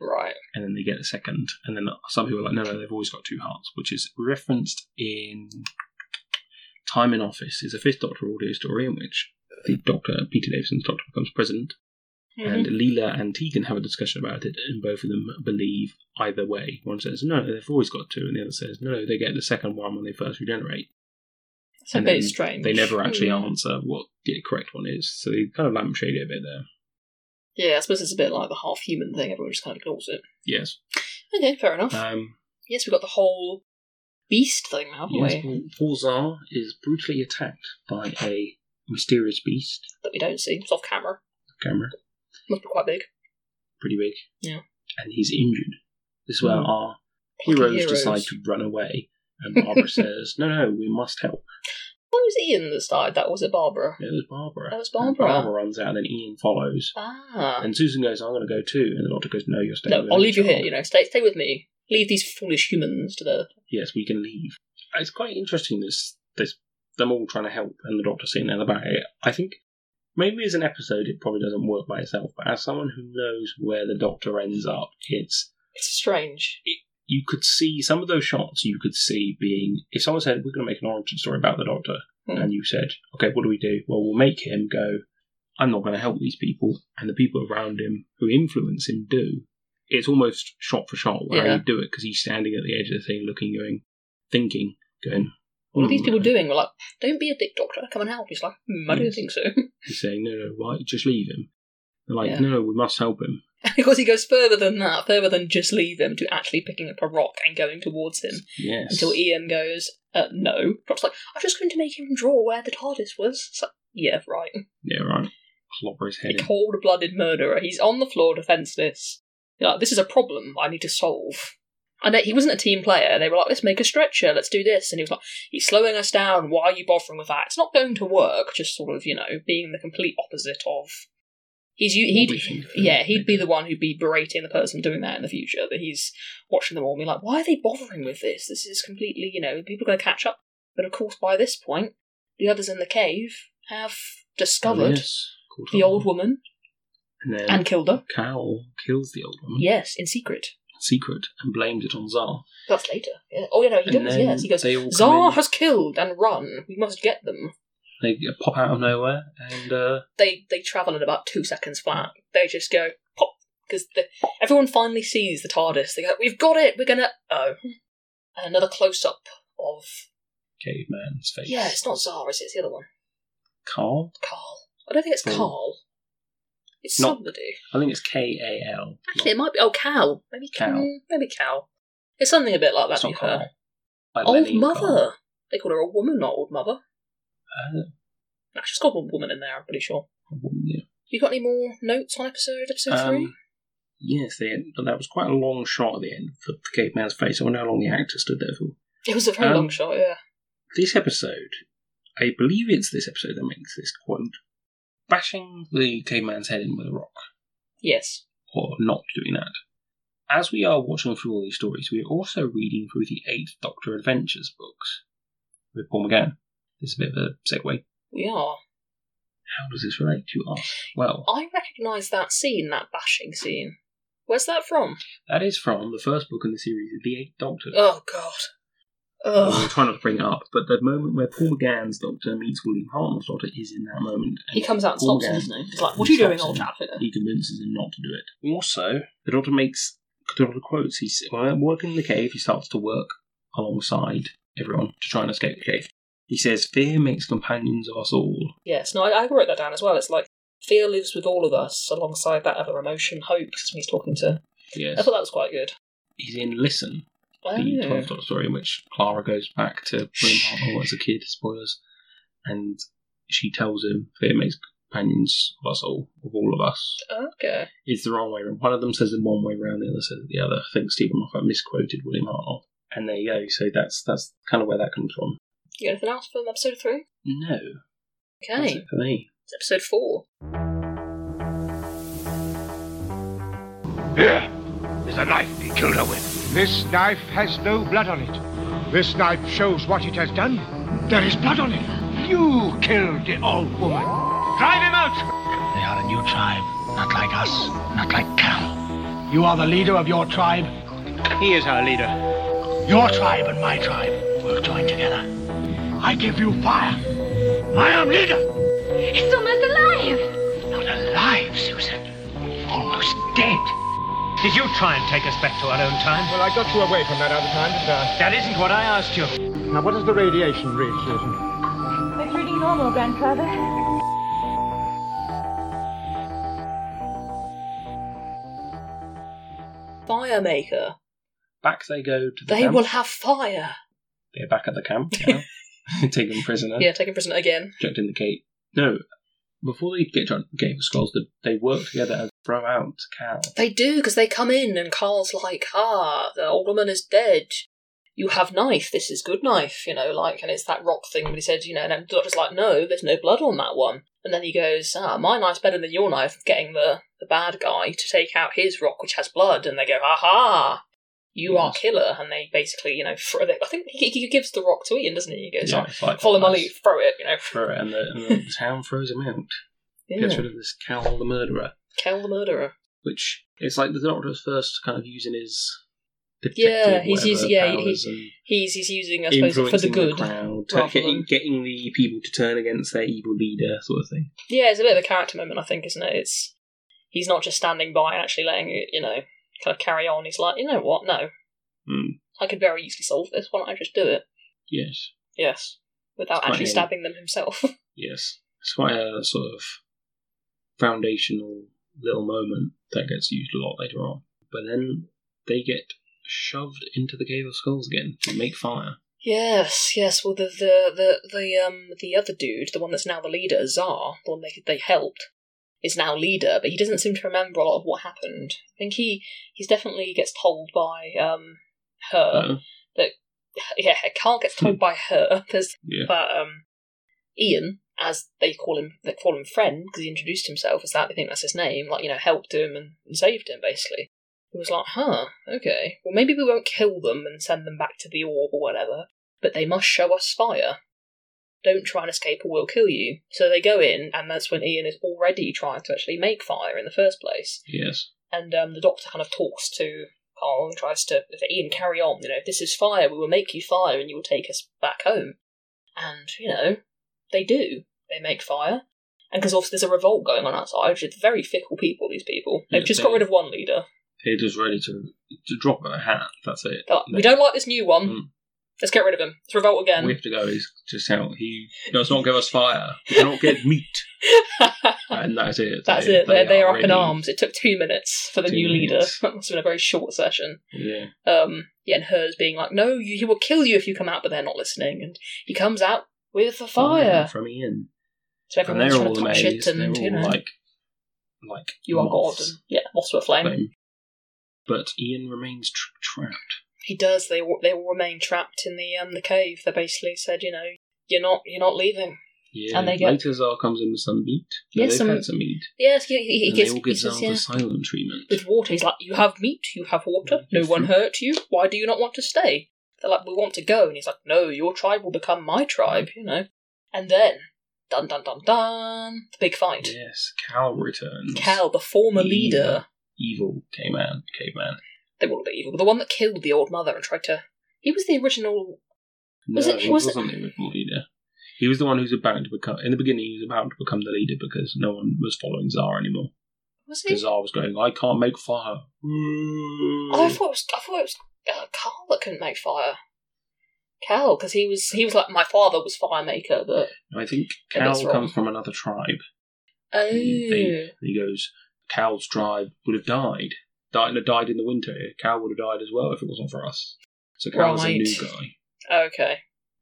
B: Mm-hmm. right.
A: and then they get a second. And then some people are like, no, no, they've always got two hearts, which is referenced in Time in Office, is a Fifth Doctor audio story in which the Doctor, Peter Davison's Doctor, becomes president. and Leela and Tegan have a discussion about it, and both of them believe either way. One says, no, they've always got two, and the other says, no, they get the second one when they first regenerate.
B: It's a
A: and
B: bit
A: then
B: strange.
A: They never actually
B: Mm.
A: answer what the correct one is, so they kind of lampshade it a bit there.
B: Yeah, I suppose it's a bit like the half human thing, everyone just kind of ignores it.
A: Yes.
B: Okay, fair enough.
A: Um,
B: yes, we've got the whole beast thing, now, haven't
A: yes,
B: we?
A: Balzar is brutally attacked by a mysterious beast.
B: That we don't see. It's off camera.
A: Camera,
B: Must be quite big.
A: pretty big.
B: Yeah.
A: And he's injured. This is where
B: Mm.
A: our
B: Plucky
A: heroes,
B: heroes.
A: decide to run away, and Barbara says, no, no, we must help.
B: What was Ian that started that? or Was it Barbara?
A: It was Barbara.
B: That was
A: And
B: Barbara.
A: Barbara runs out, and then Ian follows.
B: Ah.
A: And Susan goes, "I'm going to go too." And the doctor goes, "No, you're staying."
B: No,
A: with
B: I'll
A: me,
B: leave you here,
A: child."
B: you know, stay stay with me. Leave these foolish humans to the.
A: Yes, we can leave. It's quite interesting. This, this, them all trying to help, and the doctor sitting there in the back. I think maybe as an episode, it probably doesn't work by itself. But as someone who knows where the doctor ends up, it's
B: It's strange.
A: you could see some of those shots. You could see being if someone said, "We're going to make an origin story about the doctor,"
B: Hmm.
A: and you said, "Okay, what do we do?" Well, we'll make him go. I'm not going to help these people, and the people around him who influence him do. It's almost shot for shot where
B: Yeah.
A: you do it because he's standing at the edge of the thing, looking, going, thinking, going.
B: What are these
A: "Hmm."
B: people doing? We're like, don't be a dick doctor, come and help. He's like, hmm, I don't
A: Yes.
B: think so.
A: He's saying, "No, no, why? Just leave him." They're like,
B: Yeah.
A: "No, no, we must help him."
B: Of course, he goes further than that, further than just leave him to actually picking up a rock and going towards him
A: Yes.
B: until Ian goes, uh, no. Doc's like, I'm just going to make him draw where the TARDIS was. It's like, yeah, right.
A: Yeah, right. Clobber his head
B: A
A: in.
B: cold blooded murderer. He's on the floor defenseless. You're like, this is a problem I need to solve. And they, he wasn't a team player. They were like, let's make a stretcher, let's do this. And he was like, he's slowing us down. Why are you bothering with that? It's not going to work. Just sort of, you know, being the complete opposite of. He's u- he'd
A: Wishing for
B: yeah
A: it,
B: he'd be
A: maybe.
B: the one who'd be berating the person doing that in the future that he's watching them all and be like why are they bothering with this this is completely you know people are going to catch up but of course by this point the others in the cave have discovered
A: Yes, caught
B: the
A: up.
B: old woman
A: And then
B: and killed her
A: Cal kills the old woman.
B: Yes, in secret.
A: in Secret and blames it on Zar.
B: That's later. Yeah. Oh, yeah, no, he
A: And
B: does.
A: then
B: Yes, he goes.
A: they all come
B: Tsar
A: in.
B: has killed and run. We must get them.
A: They pop out of nowhere and uh,
B: They they travel in about two seconds flat. They just go pop because everyone finally sees the TARDIS. They go, "We've got it. We're gonna." Oh, and another close up of
A: caveman's face.
B: yeah, it's not Tsar, is it? It's the other one,
A: Carl.
B: Carl. I don't think it's
A: Paul.
B: Carl. It's
A: Not-
B: somebody.
A: I think it's K A L.
B: Actually, it might be. Oh, Cal. Maybe
A: Cal.
B: Cal. Maybe Cal. It's something a bit like
A: It's
B: that.
A: not
B: You've heard.
A: Carl. Like
B: Old
A: Lenny and
B: mother.
A: Carl.
B: They call her a woman, not old mother.
A: Uh,
B: Nah, she's got one woman in there, I'm pretty sure.
A: a woman, yeah.
B: You got any more notes on episode episode three?
A: Um, yes, they, but that was quite a long shot at the end for the caveman's face. I wonder how long the actor stood there for.
B: It was a very
A: um,
B: long shot, yeah.
A: This episode, I believe it's this episode that makes this quote. Bashing the caveman's head in with a rock,
B: Yes.
A: or not doing that. As we are watching through all these stories, we are also reading through the Eighth Doctor Adventures books with Paul McGann. This is a bit of a segue.
B: We are.
A: How does this relate to us? Well,
B: I recognise that scene, that bashing scene. Where's that from?
A: that is from the first book in the series, The Eighth Doctor.
B: Oh god.
A: I'm
B: Ugh.
A: trying not to bring it up, but the moment where Paul McGann's doctor meets William Hartnell's doctor is in that moment.
B: He comes out and
A: Paul
B: stops him,
A: McGann-
B: doesn't he? He's like, "What are you doing,
A: stops
B: old
A: him.
B: chap?"
A: He convinces him not to do it. Also, the doctor makes the doctor quotes. He's when I'm working in the cave. He starts to work alongside everyone to try and escape the cave. He says, "Fear makes companions of us all."
B: Yes, no, I, I wrote that down as well. It's like fear lives with all of us alongside that other emotion, hope, 'cause when he's talking to. I
A: Yes,
B: thought that was quite good.
A: he's in Listen,
B: Oh.
A: the Twelfth Doctor story in which Clara goes back to
B: [SIGHS]
A: William Hartnell as a kid. Spoilers, and she tells him, "Fear makes companions of us all, of all of us."
B: Okay.
A: It's the wrong way round. One of them says it one way round, the other says it the other. I think Stephen Moffat misquoted William Hartnell. And there you go. So that's that's kind of where that comes from.
B: You got anything else from episode three?
A: No, that's
B: Okay.
A: it for me.
B: It's episode four.
G: Here is a knife he killed her with.
E: This knife has no blood on it. This knife shows what it has done.
G: There is blood on it. You killed the old woman. Drive him out! They are a new tribe. Not like us. Not like Cal. You are the leader of your tribe.
D: He is our leader.
G: Your tribe and my tribe will join together. I give you fire. I am leader.
C: It's almost alive!
G: Not alive, Susan. Almost dead.
D: Did you try and take us back to our own time?
E: Well, I got you away from that other time, didn't I?
D: That isn't what I asked you.
E: Now, what does the radiation read, Susan?
C: It's reading normal, Grandfather.
B: Firemaker.
A: Back they go to the
B: They
A: camp. [LAUGHS]
B: will have fire.
A: They're back at
B: [LAUGHS]
A: the camp now. [LAUGHS] Taken prisoner.
B: Yeah, taken prisoner again.
A: Checked in the gate. No, before they get chucked in the gate of skulls, they- they work together and throw out Cal.
B: They do, because they come in and Carl's like, ah, the old woman is dead. You have knife, this is good knife, you know, like, and it's that rock thing, but he said, you know, and then the doctor's like, no, there's no blood on that one. And then he goes, ah, my knife's better than your knife, getting the, the bad guy to take out his rock, which has blood, and they go, ha ha, you are
A: Yes.
B: killer. And they basically, you know, throw it. I think he, he gives the rock to Ian, doesn't he? He goes,
A: Yeah,
B: "Oh,
A: it's like-
B: follow my lead, throw it, you know.
A: Throw it, and the,
B: [LAUGHS]
A: and the town throws him out. Gets
B: Yeah.
A: rid of this Cal the murderer.
B: Kill the murderer.
A: which it's like the Doctor's first kind of using his detective
B: Yeah, he's
A: whatever
B: using- yeah, he-
A: powers and
B: He's he's using, I suppose, for the
A: influencing
B: good.
A: crowd,
B: rather
A: getting,
B: than-
A: getting the people to turn against their evil leader, sort of thing.
B: yeah, it's a bit of a character moment, I think, isn't it? It's he's not just standing by and actually letting it, you know, kind of carry on. He's like, you know what? No,
A: Mm,
B: I could very easily solve this. Why don't I just do it?
A: yes,
B: Yes, without
A: It's quite
B: actually
A: handy.
B: stabbing them himself.
A: yes, it's quite a sort of foundational little moment that gets used a lot later on. But then they get shoved into the Cave of Skulls again to make fire.
B: [LAUGHS] Yes, yes. Well, the the the the um the other dude, the one that's now the leader, Czar, the one they they helped, is now leader, but he doesn't seem to remember a lot of what happened. I think he he's definitely gets told by um her
A: Uh,
B: [LAUGHS] yeah, Carl gets told by her because
A: Yeah.
B: but um Ian, as they call him, they call him friend because he introduced himself as that. They think that's his name. Like you know, helped him and, and saved him basically. He was like, huh, okay, well maybe we won't kill them and send them back to the orb or whatever, but they must show us fire. Don't try and escape or we'll kill you. So they go in, and that's when Ian is already trying to actually make fire in the first place
A: yes.
B: and um, the doctor kind of talks to Carl and tries to to Ian carry on. You know, if this is fire, we will make you fire, and you will take us back home. And you know, they do. They make fire, and because also there's a revolt going on outside, which is very fickle people. These people. They've
A: Yeah,
B: just
A: they-
B: got rid of one leader.
A: They're just ready to, to drop their hat. That's it.
B: They're like, we don't like this new one.
A: Mm.
B: Let's get rid of him. Let's revolt again. [LAUGHS]
A: We have to go. Is just how he does not give us fire. We
B: [LAUGHS]
A: cannot get meat, and that is it.
B: That's it. They're, they are up in
A: ready.
B: arms. It took two minutes for the
A: Two
B: new leader.
A: minutes.
B: That [LAUGHS] must have been a very short session.
A: Yeah,
B: um, yeah, and hers being like, "No, you, he will kill you if you come out," but they're not listening, and he comes out with the fire.
A: from Ian.
B: So
A: And
B: everyone's
A: they're
B: trying
A: all
B: to touch
A: amazed.
B: it,
A: They're
B: and you know,
A: all like, like
B: you are God,
A: moths.
B: and yeah, moths to a flame.
A: flame. But Ian remains tr- trapped.
B: He does. They all- they all remain trapped in the um the cave. They basically said, you know, you're not you're not leaving.
A: Yeah,
B: And they get-
A: later Zar comes in with some meat. No,
B: Yeah,
A: they've
B: some-
A: had some meat.
B: Yes, he, he, he
A: and
B: gives,
A: they all
B: he
A: give Zar
B: says,
A: the
B: yeah.
A: silent treatment.
B: With water, he's like, you have meat, you have water. No one hurt you. Why do you not want to stay? They're like, we want to go, and he's like, no, your tribe will become my tribe. You know, and then dun dun dun dun, the big fight.
A: Yes, Cal returns.
B: Cal, the former
A: Yeah.
B: leader,
A: evil caveman, caveman.
B: they were all a bit evil, but the one that killed the old mother and tried to. He was the original.
A: No,
B: Was it-
A: he
B: was it-
A: wasn't the original leader. He was the one who's about to become. In the beginning, he was about to become the leader because no one was following Zar anymore.
B: Was he?
A: Because Zar was going, "I can't make fire."
B: Oh, I thought it was. I thought it was uh, Carl that couldn't make fire. Cal, because he was. He was like my father was fire maker, but
A: I think
B: Yeah,
A: Cal
B: that's wrong.
A: comes from another tribe.
B: oh,
A: He- they- he goes, Cal's tribe would have died. Died, died in the winter. Cal would have died as well if it wasn't for us. So Cal's a new
B: Right.
A: guy.
B: oh, okay,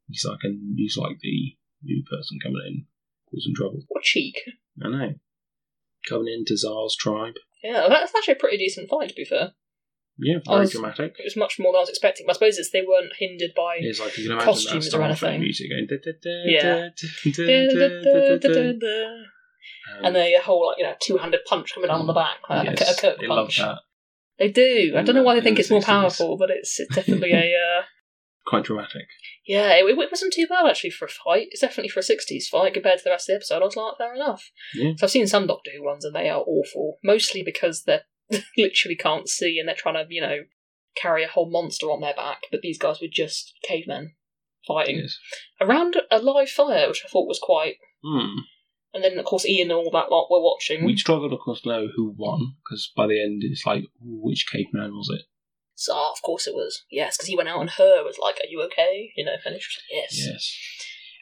A: He's like a, he's like the new person coming in, causing trouble.
B: what cheek?
A: I know. Coming into Zar's tribe.
B: Yeah, that's actually a pretty decent fight. To be fair,
A: Yeah, very
B: was-
A: dramatic.
B: it was much more than I was expecting. But I suppose it's they weren't hindered by.
A: It's like you can imagine
B: Costumes
A: that
B: or
A: Star Trek
B: anything.
A: music going. "Da, da, da,
B: Yeah.
A: da, da, da, da, da, da."
B: [LAUGHS] And the whole like you know two-handed punch coming down on the back, like a-
A: yes,
B: a, Kirk
A: they love
B: punch.
A: that.
B: They do. I don't know why they
A: In
B: think
A: the
B: it's more
A: 60s.
B: powerful, but it's, it's definitely a uh,
A: Quite dramatic.
B: yeah. It, it wasn't too bad actually for a fight. It's definitely for a '60s fight compared to the rest of the episode. I was like, fair enough.
A: Yeah.
B: So I've seen some Doctor Who ones and they are awful, mostly because they are [LAUGHS] literally can't see and they're trying to you know carry a whole monster on their back. But these guys were just cavemen fighting
A: Yes.
B: around a live fire, which I thought was quite.
A: Hmm.
B: And then of course Ian and all that lot were watching.
A: We struggled, of course, to know who won because by the end it's like, "Ooh, which caveman was it?
B: So oh, of course it was yes, because he went out and her was like, "Are you okay?" You know, and it was just, yes.
A: Yes.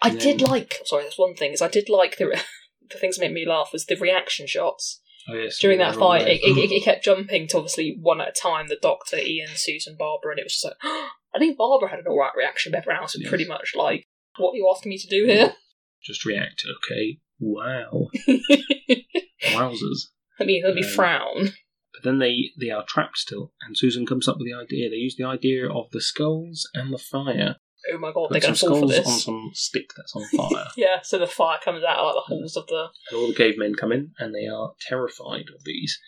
B: I
A: And
B: did
A: then-
B: like. Sorry, there's one thing is I did like the re- [LAUGHS] the things that made me laugh was the reaction shots
A: Oh, yes.
B: during that
A: the wrong
B: fight.
A: way.
B: It, it, it- it kept jumping to obviously one at a time. The doctor, Ian, Susan, Barbara, and it was just like [GASPS] I think Barbara had an alright reaction, but everyone else was
A: Yes.
B: pretty much like, "What are you asking me to do here?"
A: [GASPS]
B: [LAUGHS]
A: Just react, okay? Wow. Wowzers.
B: let me let me
A: Um,
B: frown.
A: But then they, they are trapped still, and Susan comes up with the idea. They use the idea of the skulls and the fire.
B: Oh my god,
A: Put
B: they're going to
A: some
B: fall for this.
A: skulls on some stick that's on fire.
B: [LAUGHS] Yeah, so the fire comes out like the holes of the
A: and all the cavemen come in, and they are terrified of these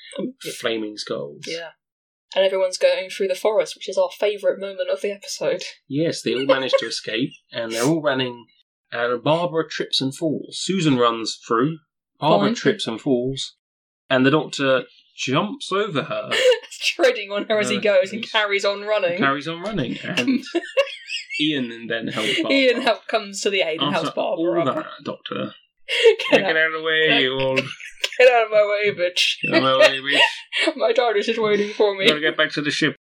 A: flaming skulls.
B: yeah. And everyone's going through the forest, which is our favourite moment of the episode. [LAUGHS]
A: Yes, they all manage to escape, and they're all running. And Barbara trips and falls. Susan runs through. Barbara
B: Fine.
A: trips and falls, and the doctor jumps
B: [LAUGHS]
A: over her,
B: treading on her as he
A: No,
B: goes and
A: he's-
B: carries on running.
A: and carries on running,
B: [LAUGHS]
A: and Ian then helps Barbara.
B: Ian help comes to the aid and
A: After
B: helps Barbara
A: all
B: up.
A: that, doctor.
B: [LAUGHS] Get,
A: Get
B: out,
A: out of the way, you old.
B: get out of my way, bitch. [LAUGHS]
A: Get out of my way, bitch.
B: my daughter is just waiting for [LAUGHS]
A: We gotta
B: me.
A: get back to the ship.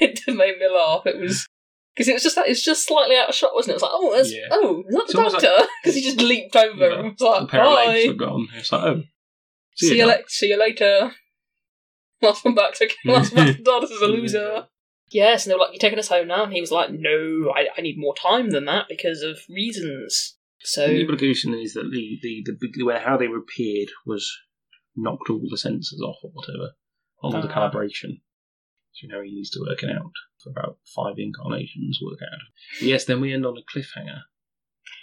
B: it did make me laugh. It was because it was just like it's just slightly out of shot, wasn't it? It's like oh, that's
A: Yeah.
B: oh, not
A: It's
B: the
A: almost
B: doctor because he just leaped over
A: Yeah.
B: and was like
A: The pair of legs
B: bye.
A: were gone. It's like, oh, See ya,
B: See you,
A: Doc.
B: la- see you later. [LAUGHS] Last one
A: [LAUGHS]
B: back to [LAUGHS] last one back to Dardis is a loser. Yes, and they were like, "You're taking us home now," and he was like, "No, I, I need more time than that because of reasons." So
A: The implication is that the, the, the, the way how they repaired was knocked all the sensors off or whatever, on all the
B: Ah.
A: calibration. So now he needs to work it out for about five incarnations. Work out. Yes, then we end on a cliffhanger.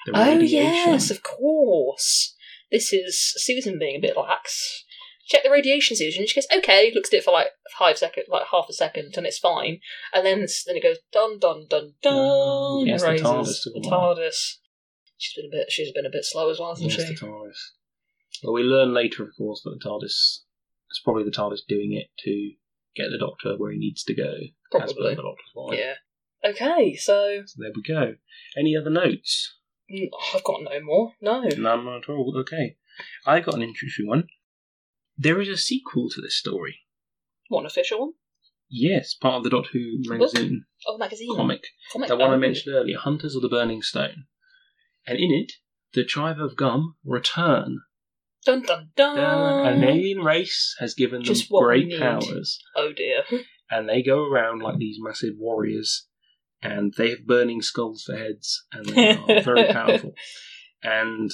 A: The
B: Oh
A: radiation.
B: yes, of course. This is Susan being a bit lax. Check the radiation, Susan. She goes, "Okay." Looks at it for like five seconds, like half a second, and it's fine. And then, then it goes dun dun dun dun.
A: Oh, yes,
B: and
A: the
B: raises
A: TARDIS took a
B: The
A: while.
B: TARDIS. She's been a bit. She's been a bit slow as well, hasn't
A: Yes,
B: she?
A: the TARDIS. Well, we learn later, of course, that the TARDIS it's probably the TARDIS doing it to get the Doctor where he needs to go. As per
B: Probably.
A: the Doctor's wife.
B: yeah. Okay, so
A: So there we go. Any other notes?
B: mm, I've got no more. No.
A: None at all. oh, Okay. I got an interesting one. There is a sequel to this story.
B: One official one.
A: Yes, part of the Doctor Who magazine
B: Oh, magazine.
A: comic.
B: Comic.
A: That one I
B: oh.
A: mentioned earlier, Hunters of the Burning Stone. And in it, the tribe of Gum return.
B: Dun dun dun.
A: An alien race has given them
B: Ah. Just what we
A: great
B: need.
A: powers.
B: Oh dear.
A: and they go around like these massive warriors, and they have burning skulls for heads, and they
B: [LAUGHS]
A: are very powerful. And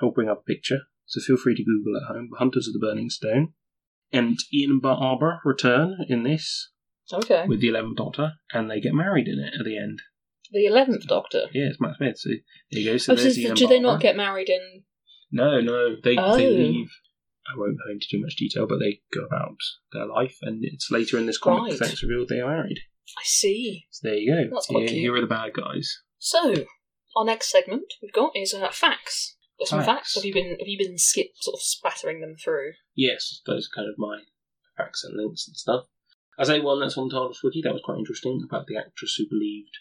A: I'll bring up a picture, so feel free to Google at home. Hunters of the Burning Stone, and Ian Barber return in this
B: Okay.
A: with the Eleventh Doctor, and they get married in it at the end.
B: The eleventh Doctor.
A: Yeah, it's Matt Smith. So there you go. So
B: Oh, so
A: there's
B: th-
A: Ian
B: do they not
A: Barber.
B: get married in?
A: No, no, they
B: Oh.
A: they leave. I won't go into too much detail, but they go about their life, and it's later in this comic
B: Right.
A: that that's revealed they are married.
B: I see.
A: So there you go.
B: That's quite
A: here,
B: cute.
A: here are the bad guys.
B: So our next segment we've got is uh, facts. Got some
A: Facts.
B: facts? Have you been have you been skip sort of spattering them through?
A: Yes, those are kind of my facts and links and stuff. I say one that's on TARDIS Wiki that was quite interesting about the actress who believed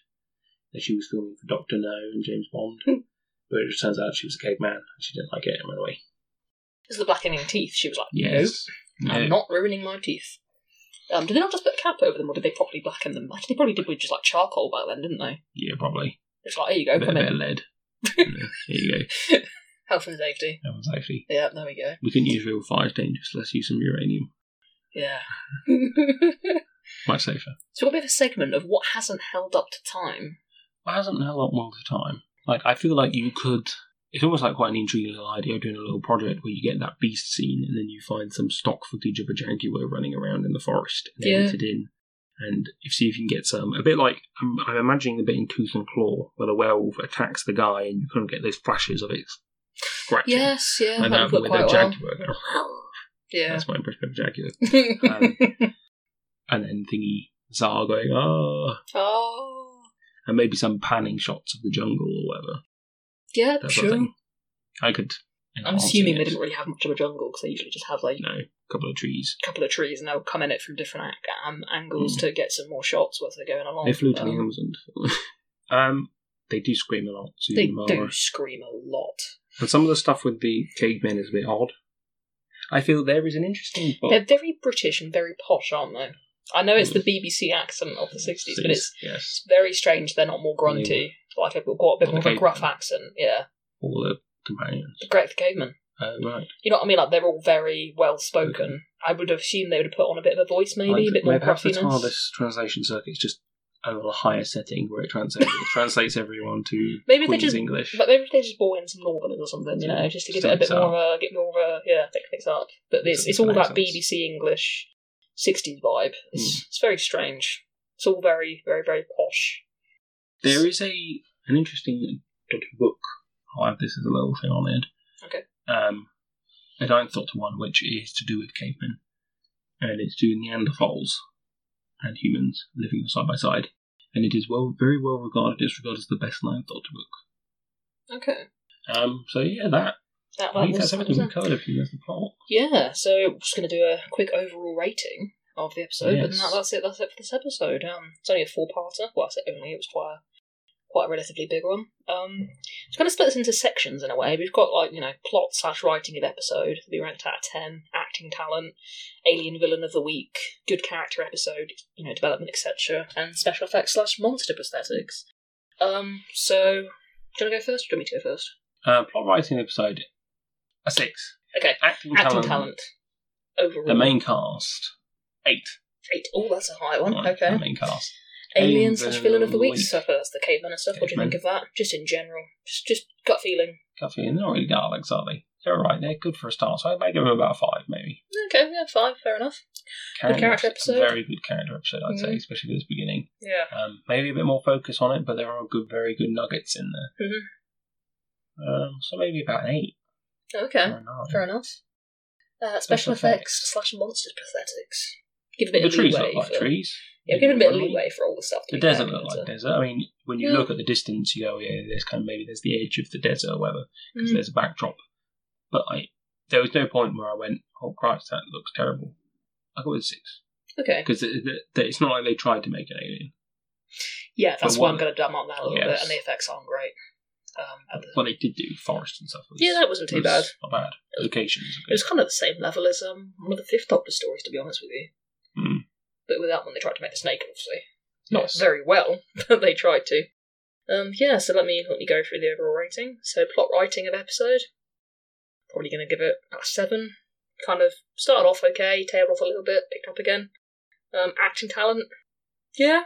A: that she was filming for Doctor No and James Bond,
B: Hmm.
A: but it just turns out she was a caveman and she didn't like it and ran away.
B: Because the blackening teeth, she was like,
A: Yes,
B: "Nope, I'm not ruining my teeth." Um, did they not just put a cap over them, or did they properly blacken them? Actually, they probably did with just like charcoal back then, didn't they?
A: Yeah, probably.
B: It's like, here you go,
A: a bit,
B: come
A: a bit of
B: in, [LAUGHS]
A: lead. Yeah, There you go.
B: health and safety.
A: That was actually.
B: Yeah, there we go.
A: We couldn't use real fire dangerous. Let's use some uranium.
B: Yeah. [LAUGHS]
A: Much safer.
B: so we've got a bit of a segment of what hasn't held up to time.
A: Well, hasn't held up well to time. Like I feel like you could. It's almost like quite an intriguing little idea of doing a little project where you get that beast scene and then you find some stock footage of a jaguar running around in the forest and
B: Yeah.
A: edit it in, and if see if you can get some. A bit like I'm, I'm imagining the bit in Tooth and Claw where the werewolf attacks the guy and you kind of get those flashes of it scratching.
B: Yes, yeah,
A: like
B: that
A: that
B: would
A: with
B: look
A: a
B: quite well.
A: jaguar. going,
B: [LAUGHS] Yeah.
A: That's my impression of a jaguar.
B: [LAUGHS]
A: Um, and then thingy Zar going ah,
B: oh,
A: and maybe some panning shots of the jungle or whatever.
B: yeah,
A: That sort of
B: sure.
A: thing. I could.
B: I'm
A: enhance
B: assuming
A: it.
B: they didn't really have much of a jungle because they usually just have like
A: No, a couple of trees.
B: a couple of trees and they'll come in it from different ac- um, angles to get some more shots whilst they're going along.
A: Hmm. They flew to the
B: Um,
A: Amazon. [LAUGHS] um, they do scream a lot. Susan
B: they
A: Mara.
B: do scream a lot.
A: And some of the stuff with the cavemen is a bit odd. I feel there is an interesting book.
B: They're very British and very posh, aren't they? I know
A: Hmm.
B: it's the BBC accent of the 60s, but it's
A: yes,
B: very strange they're not more grunty. Like they've got a bit more of a
A: Okay.
B: gruff accent, yeah.
A: all the companions.
B: The Great the Caveman.
A: Oh right,
B: You know what I mean? Like they're all very well spoken. I would have assumed they would have put on a bit of a voice, maybe
A: Like,
B: a bit more
A: perhaps the
B: gruffiness.
A: TARDIS translation circuit is just a little higher setting where it translates it translates everyone to
B: Maybe they
A: Queen's
B: just,
A: English.
B: but maybe they just brought in some Northerners or something, you know, just to give it a bit
A: Sticks up.
B: more of a, get more of a, yeah, pick things up. But it's,
A: Some
B: it's all that
A: accents.
B: BBC English, 60s vibe. It's, it's very strange. It's all very, very, very posh.
A: There is a an interesting book. I'll have this as a little thing on it.
B: Okay.
A: Um, a ninth Doctor one, which is to do with cavemen, and it's to Neanderthals and humans living side by side, and it is well, very well regarded. It's regarded as the best ninth Doctor book.
B: Okay.
A: Um, so yeah, that
B: That, that
A: I think
B: was,
A: that's
B: that
A: everything
B: was
A: we
B: that.
A: covered. Everything that's the plot.
B: Yeah, so we're just going to do a quick overall rating of the episode, and that,
A: Yes.
B: that's it. That's it for this episode. Um, it's only a four-parter. Well, I say only. It was quite a, quite a relatively big one. Um, it's kind of split this into sections in a way. We've got like you know plot slash writing of episode. We ranked out of ten. Acting talent, alien villain of the week, good character episode, you know development etc. And special effects slash monster prosthetics. Um, so do you want to go first? Or do you want me to go first?
A: Uh, plot writing episode a six.
B: Okay,
A: Acting
B: acting
A: talent.
B: talent. Overall,
A: The main cast, eight.
B: eight. Oh, that's a high one.
A: Right,
B: okay.
A: The main cast.
B: Alien slash villain of the week.
A: Week.
B: So that's the caveman and stuff. What do you
A: Caveman.
B: think of that? Just in general, just just gut feeling.
A: Coffee. They're not really Daleks, are they? They're all right. They're good for a start. So I might give them about five, maybe.
B: Okay, yeah, five, fair enough. Good character
A: Characters, a
B: episode.
A: Very good character episode, I'd say,
B: Mhm.
A: especially at this beginning.
B: Yeah.
A: Um, maybe a bit more focus on it, but there are good, very good nuggets in there.
B: Mhm. Mm-hmm.
A: Um, so maybe about an eight.
B: Okay,
A: or a nine.
B: fair enough. Uh, special effects,
A: effects.
B: slash monsters prosthetics. Give a bit
A: the
B: of
A: trees
B: leeway.
A: look like
B: for,
A: trees.
B: Yeah, give it a bit of
A: Really.
B: leeway for all the stuff. To
A: The
B: be
A: desert
B: back
A: looked like
B: into-
A: desert. I mean, when you
B: Yeah.
A: look at the distance, you go, oh, yeah, there's kind of maybe there's the edge of the desert or whatever, because
B: Mm.
A: there's a backdrop. But I, there was no point where I went, oh Christ, that looks terrible. I got it was six
B: Okay.
A: because it, it- it- it's not like they tried to make an alien.
B: Yeah, that's why
A: But one-
B: I'm going to dumb on that a little
A: Yes.
B: bit, and the effects aren't great. Um, and the-
A: Well, they did do forest and stuff. It was-
B: yeah, that wasn't too
A: it
B: bad.
A: was Not bad. Locations.
B: It was kind of the same level as um, one of the Fifth Doctor stories, to be honest with you.
A: Hmm.
B: But with that one, they tried to make the snake, obviously. Not
A: Yes.
B: very well, [LAUGHS] but they tried to. Um, yeah, so let me let me go through the overall rating. So plot writing of episode, probably going to give it about a seven. Kind of started off okay, tailed off a little bit, picked up again. Um, action talent, yeah,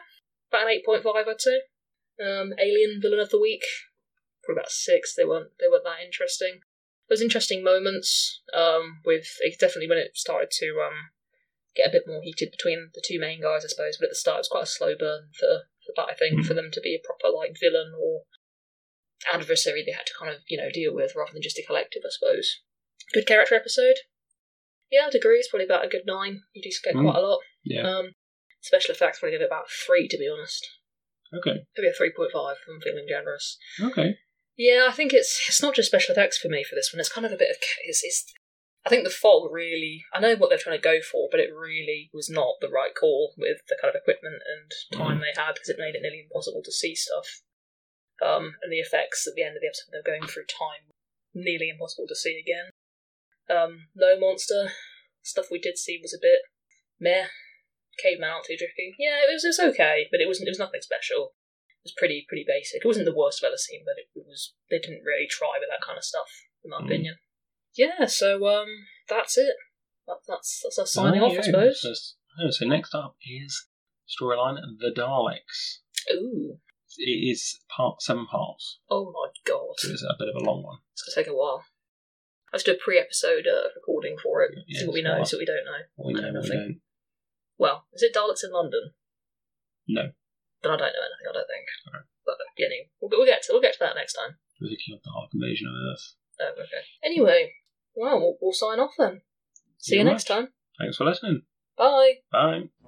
B: about an eight point five, I'd say. Um, Alien villain of the week, probably about a six. They weren't they weren't that interesting there was interesting moments um, with it definitely when it started to um, get a bit more heated between the two main guys, I suppose. But at the start, it was quite a slow burn for, for that. I think for them to be a proper like villain or adversary, they had to kind of you know deal with rather than just a collective, I suppose. Good character episode. Yeah, I'd agree. It's probably about a good nine. You do get
A: Mm.
B: quite a lot.
A: Yeah.
B: Um, special effects probably give it about three, to be honest.
A: Okay.
B: Maybe a three point five. If I'm feeling generous.
A: Okay.
B: Yeah, I think it's it's not just special effects for me for this one. It's kind of a bit of it's, it's I think the fog really. I know what they're trying to go for, but it really was not the right call with the kind of equipment and time they had because it made it nearly impossible to see stuff. Um, and the effects at the end of the episode, they're going through time, nearly impossible to see again. Um, no monster stuff we did see was a bit meh. Caveman aren't too tricky. Yeah, it was it was okay, but it wasn't. It was nothing special was pretty pretty basic. It wasn't the worst I've ever seen, but it, it was they didn't really try with that kind of stuff, in my
A: Mm.
B: opinion. Yeah, so um, that's it. That, that's that's us signing
A: Oh,
B: off, I suppose.
A: So, so next up is storyline The Daleks.
B: Ooh,
A: It is part seven parts.
B: oh my god,
A: So it's a bit of a long one.
B: it's gonna take a while. I have to do a pre-episode uh, recording for it.
A: Yeah,
B: see what we
A: it's
B: know,
A: alright.
B: see what we don't know.
A: What we
B: I
A: know,
B: know
A: what we
B: nothing.
A: don't.
B: Well, is it Daleks in London?
A: No.
B: Then I don't know anything. I don't think. But uh, yeah, anyway, we'll, we'll get to we'll get to that next time.
A: We're thinking of the Dark Invasion of Earth.
B: Oh, okay. Anyway, well, we'll, we'll sign off then. See
A: You're
B: you next
A: right.
B: time.
A: Thanks for listening.
B: Bye.
A: Bye.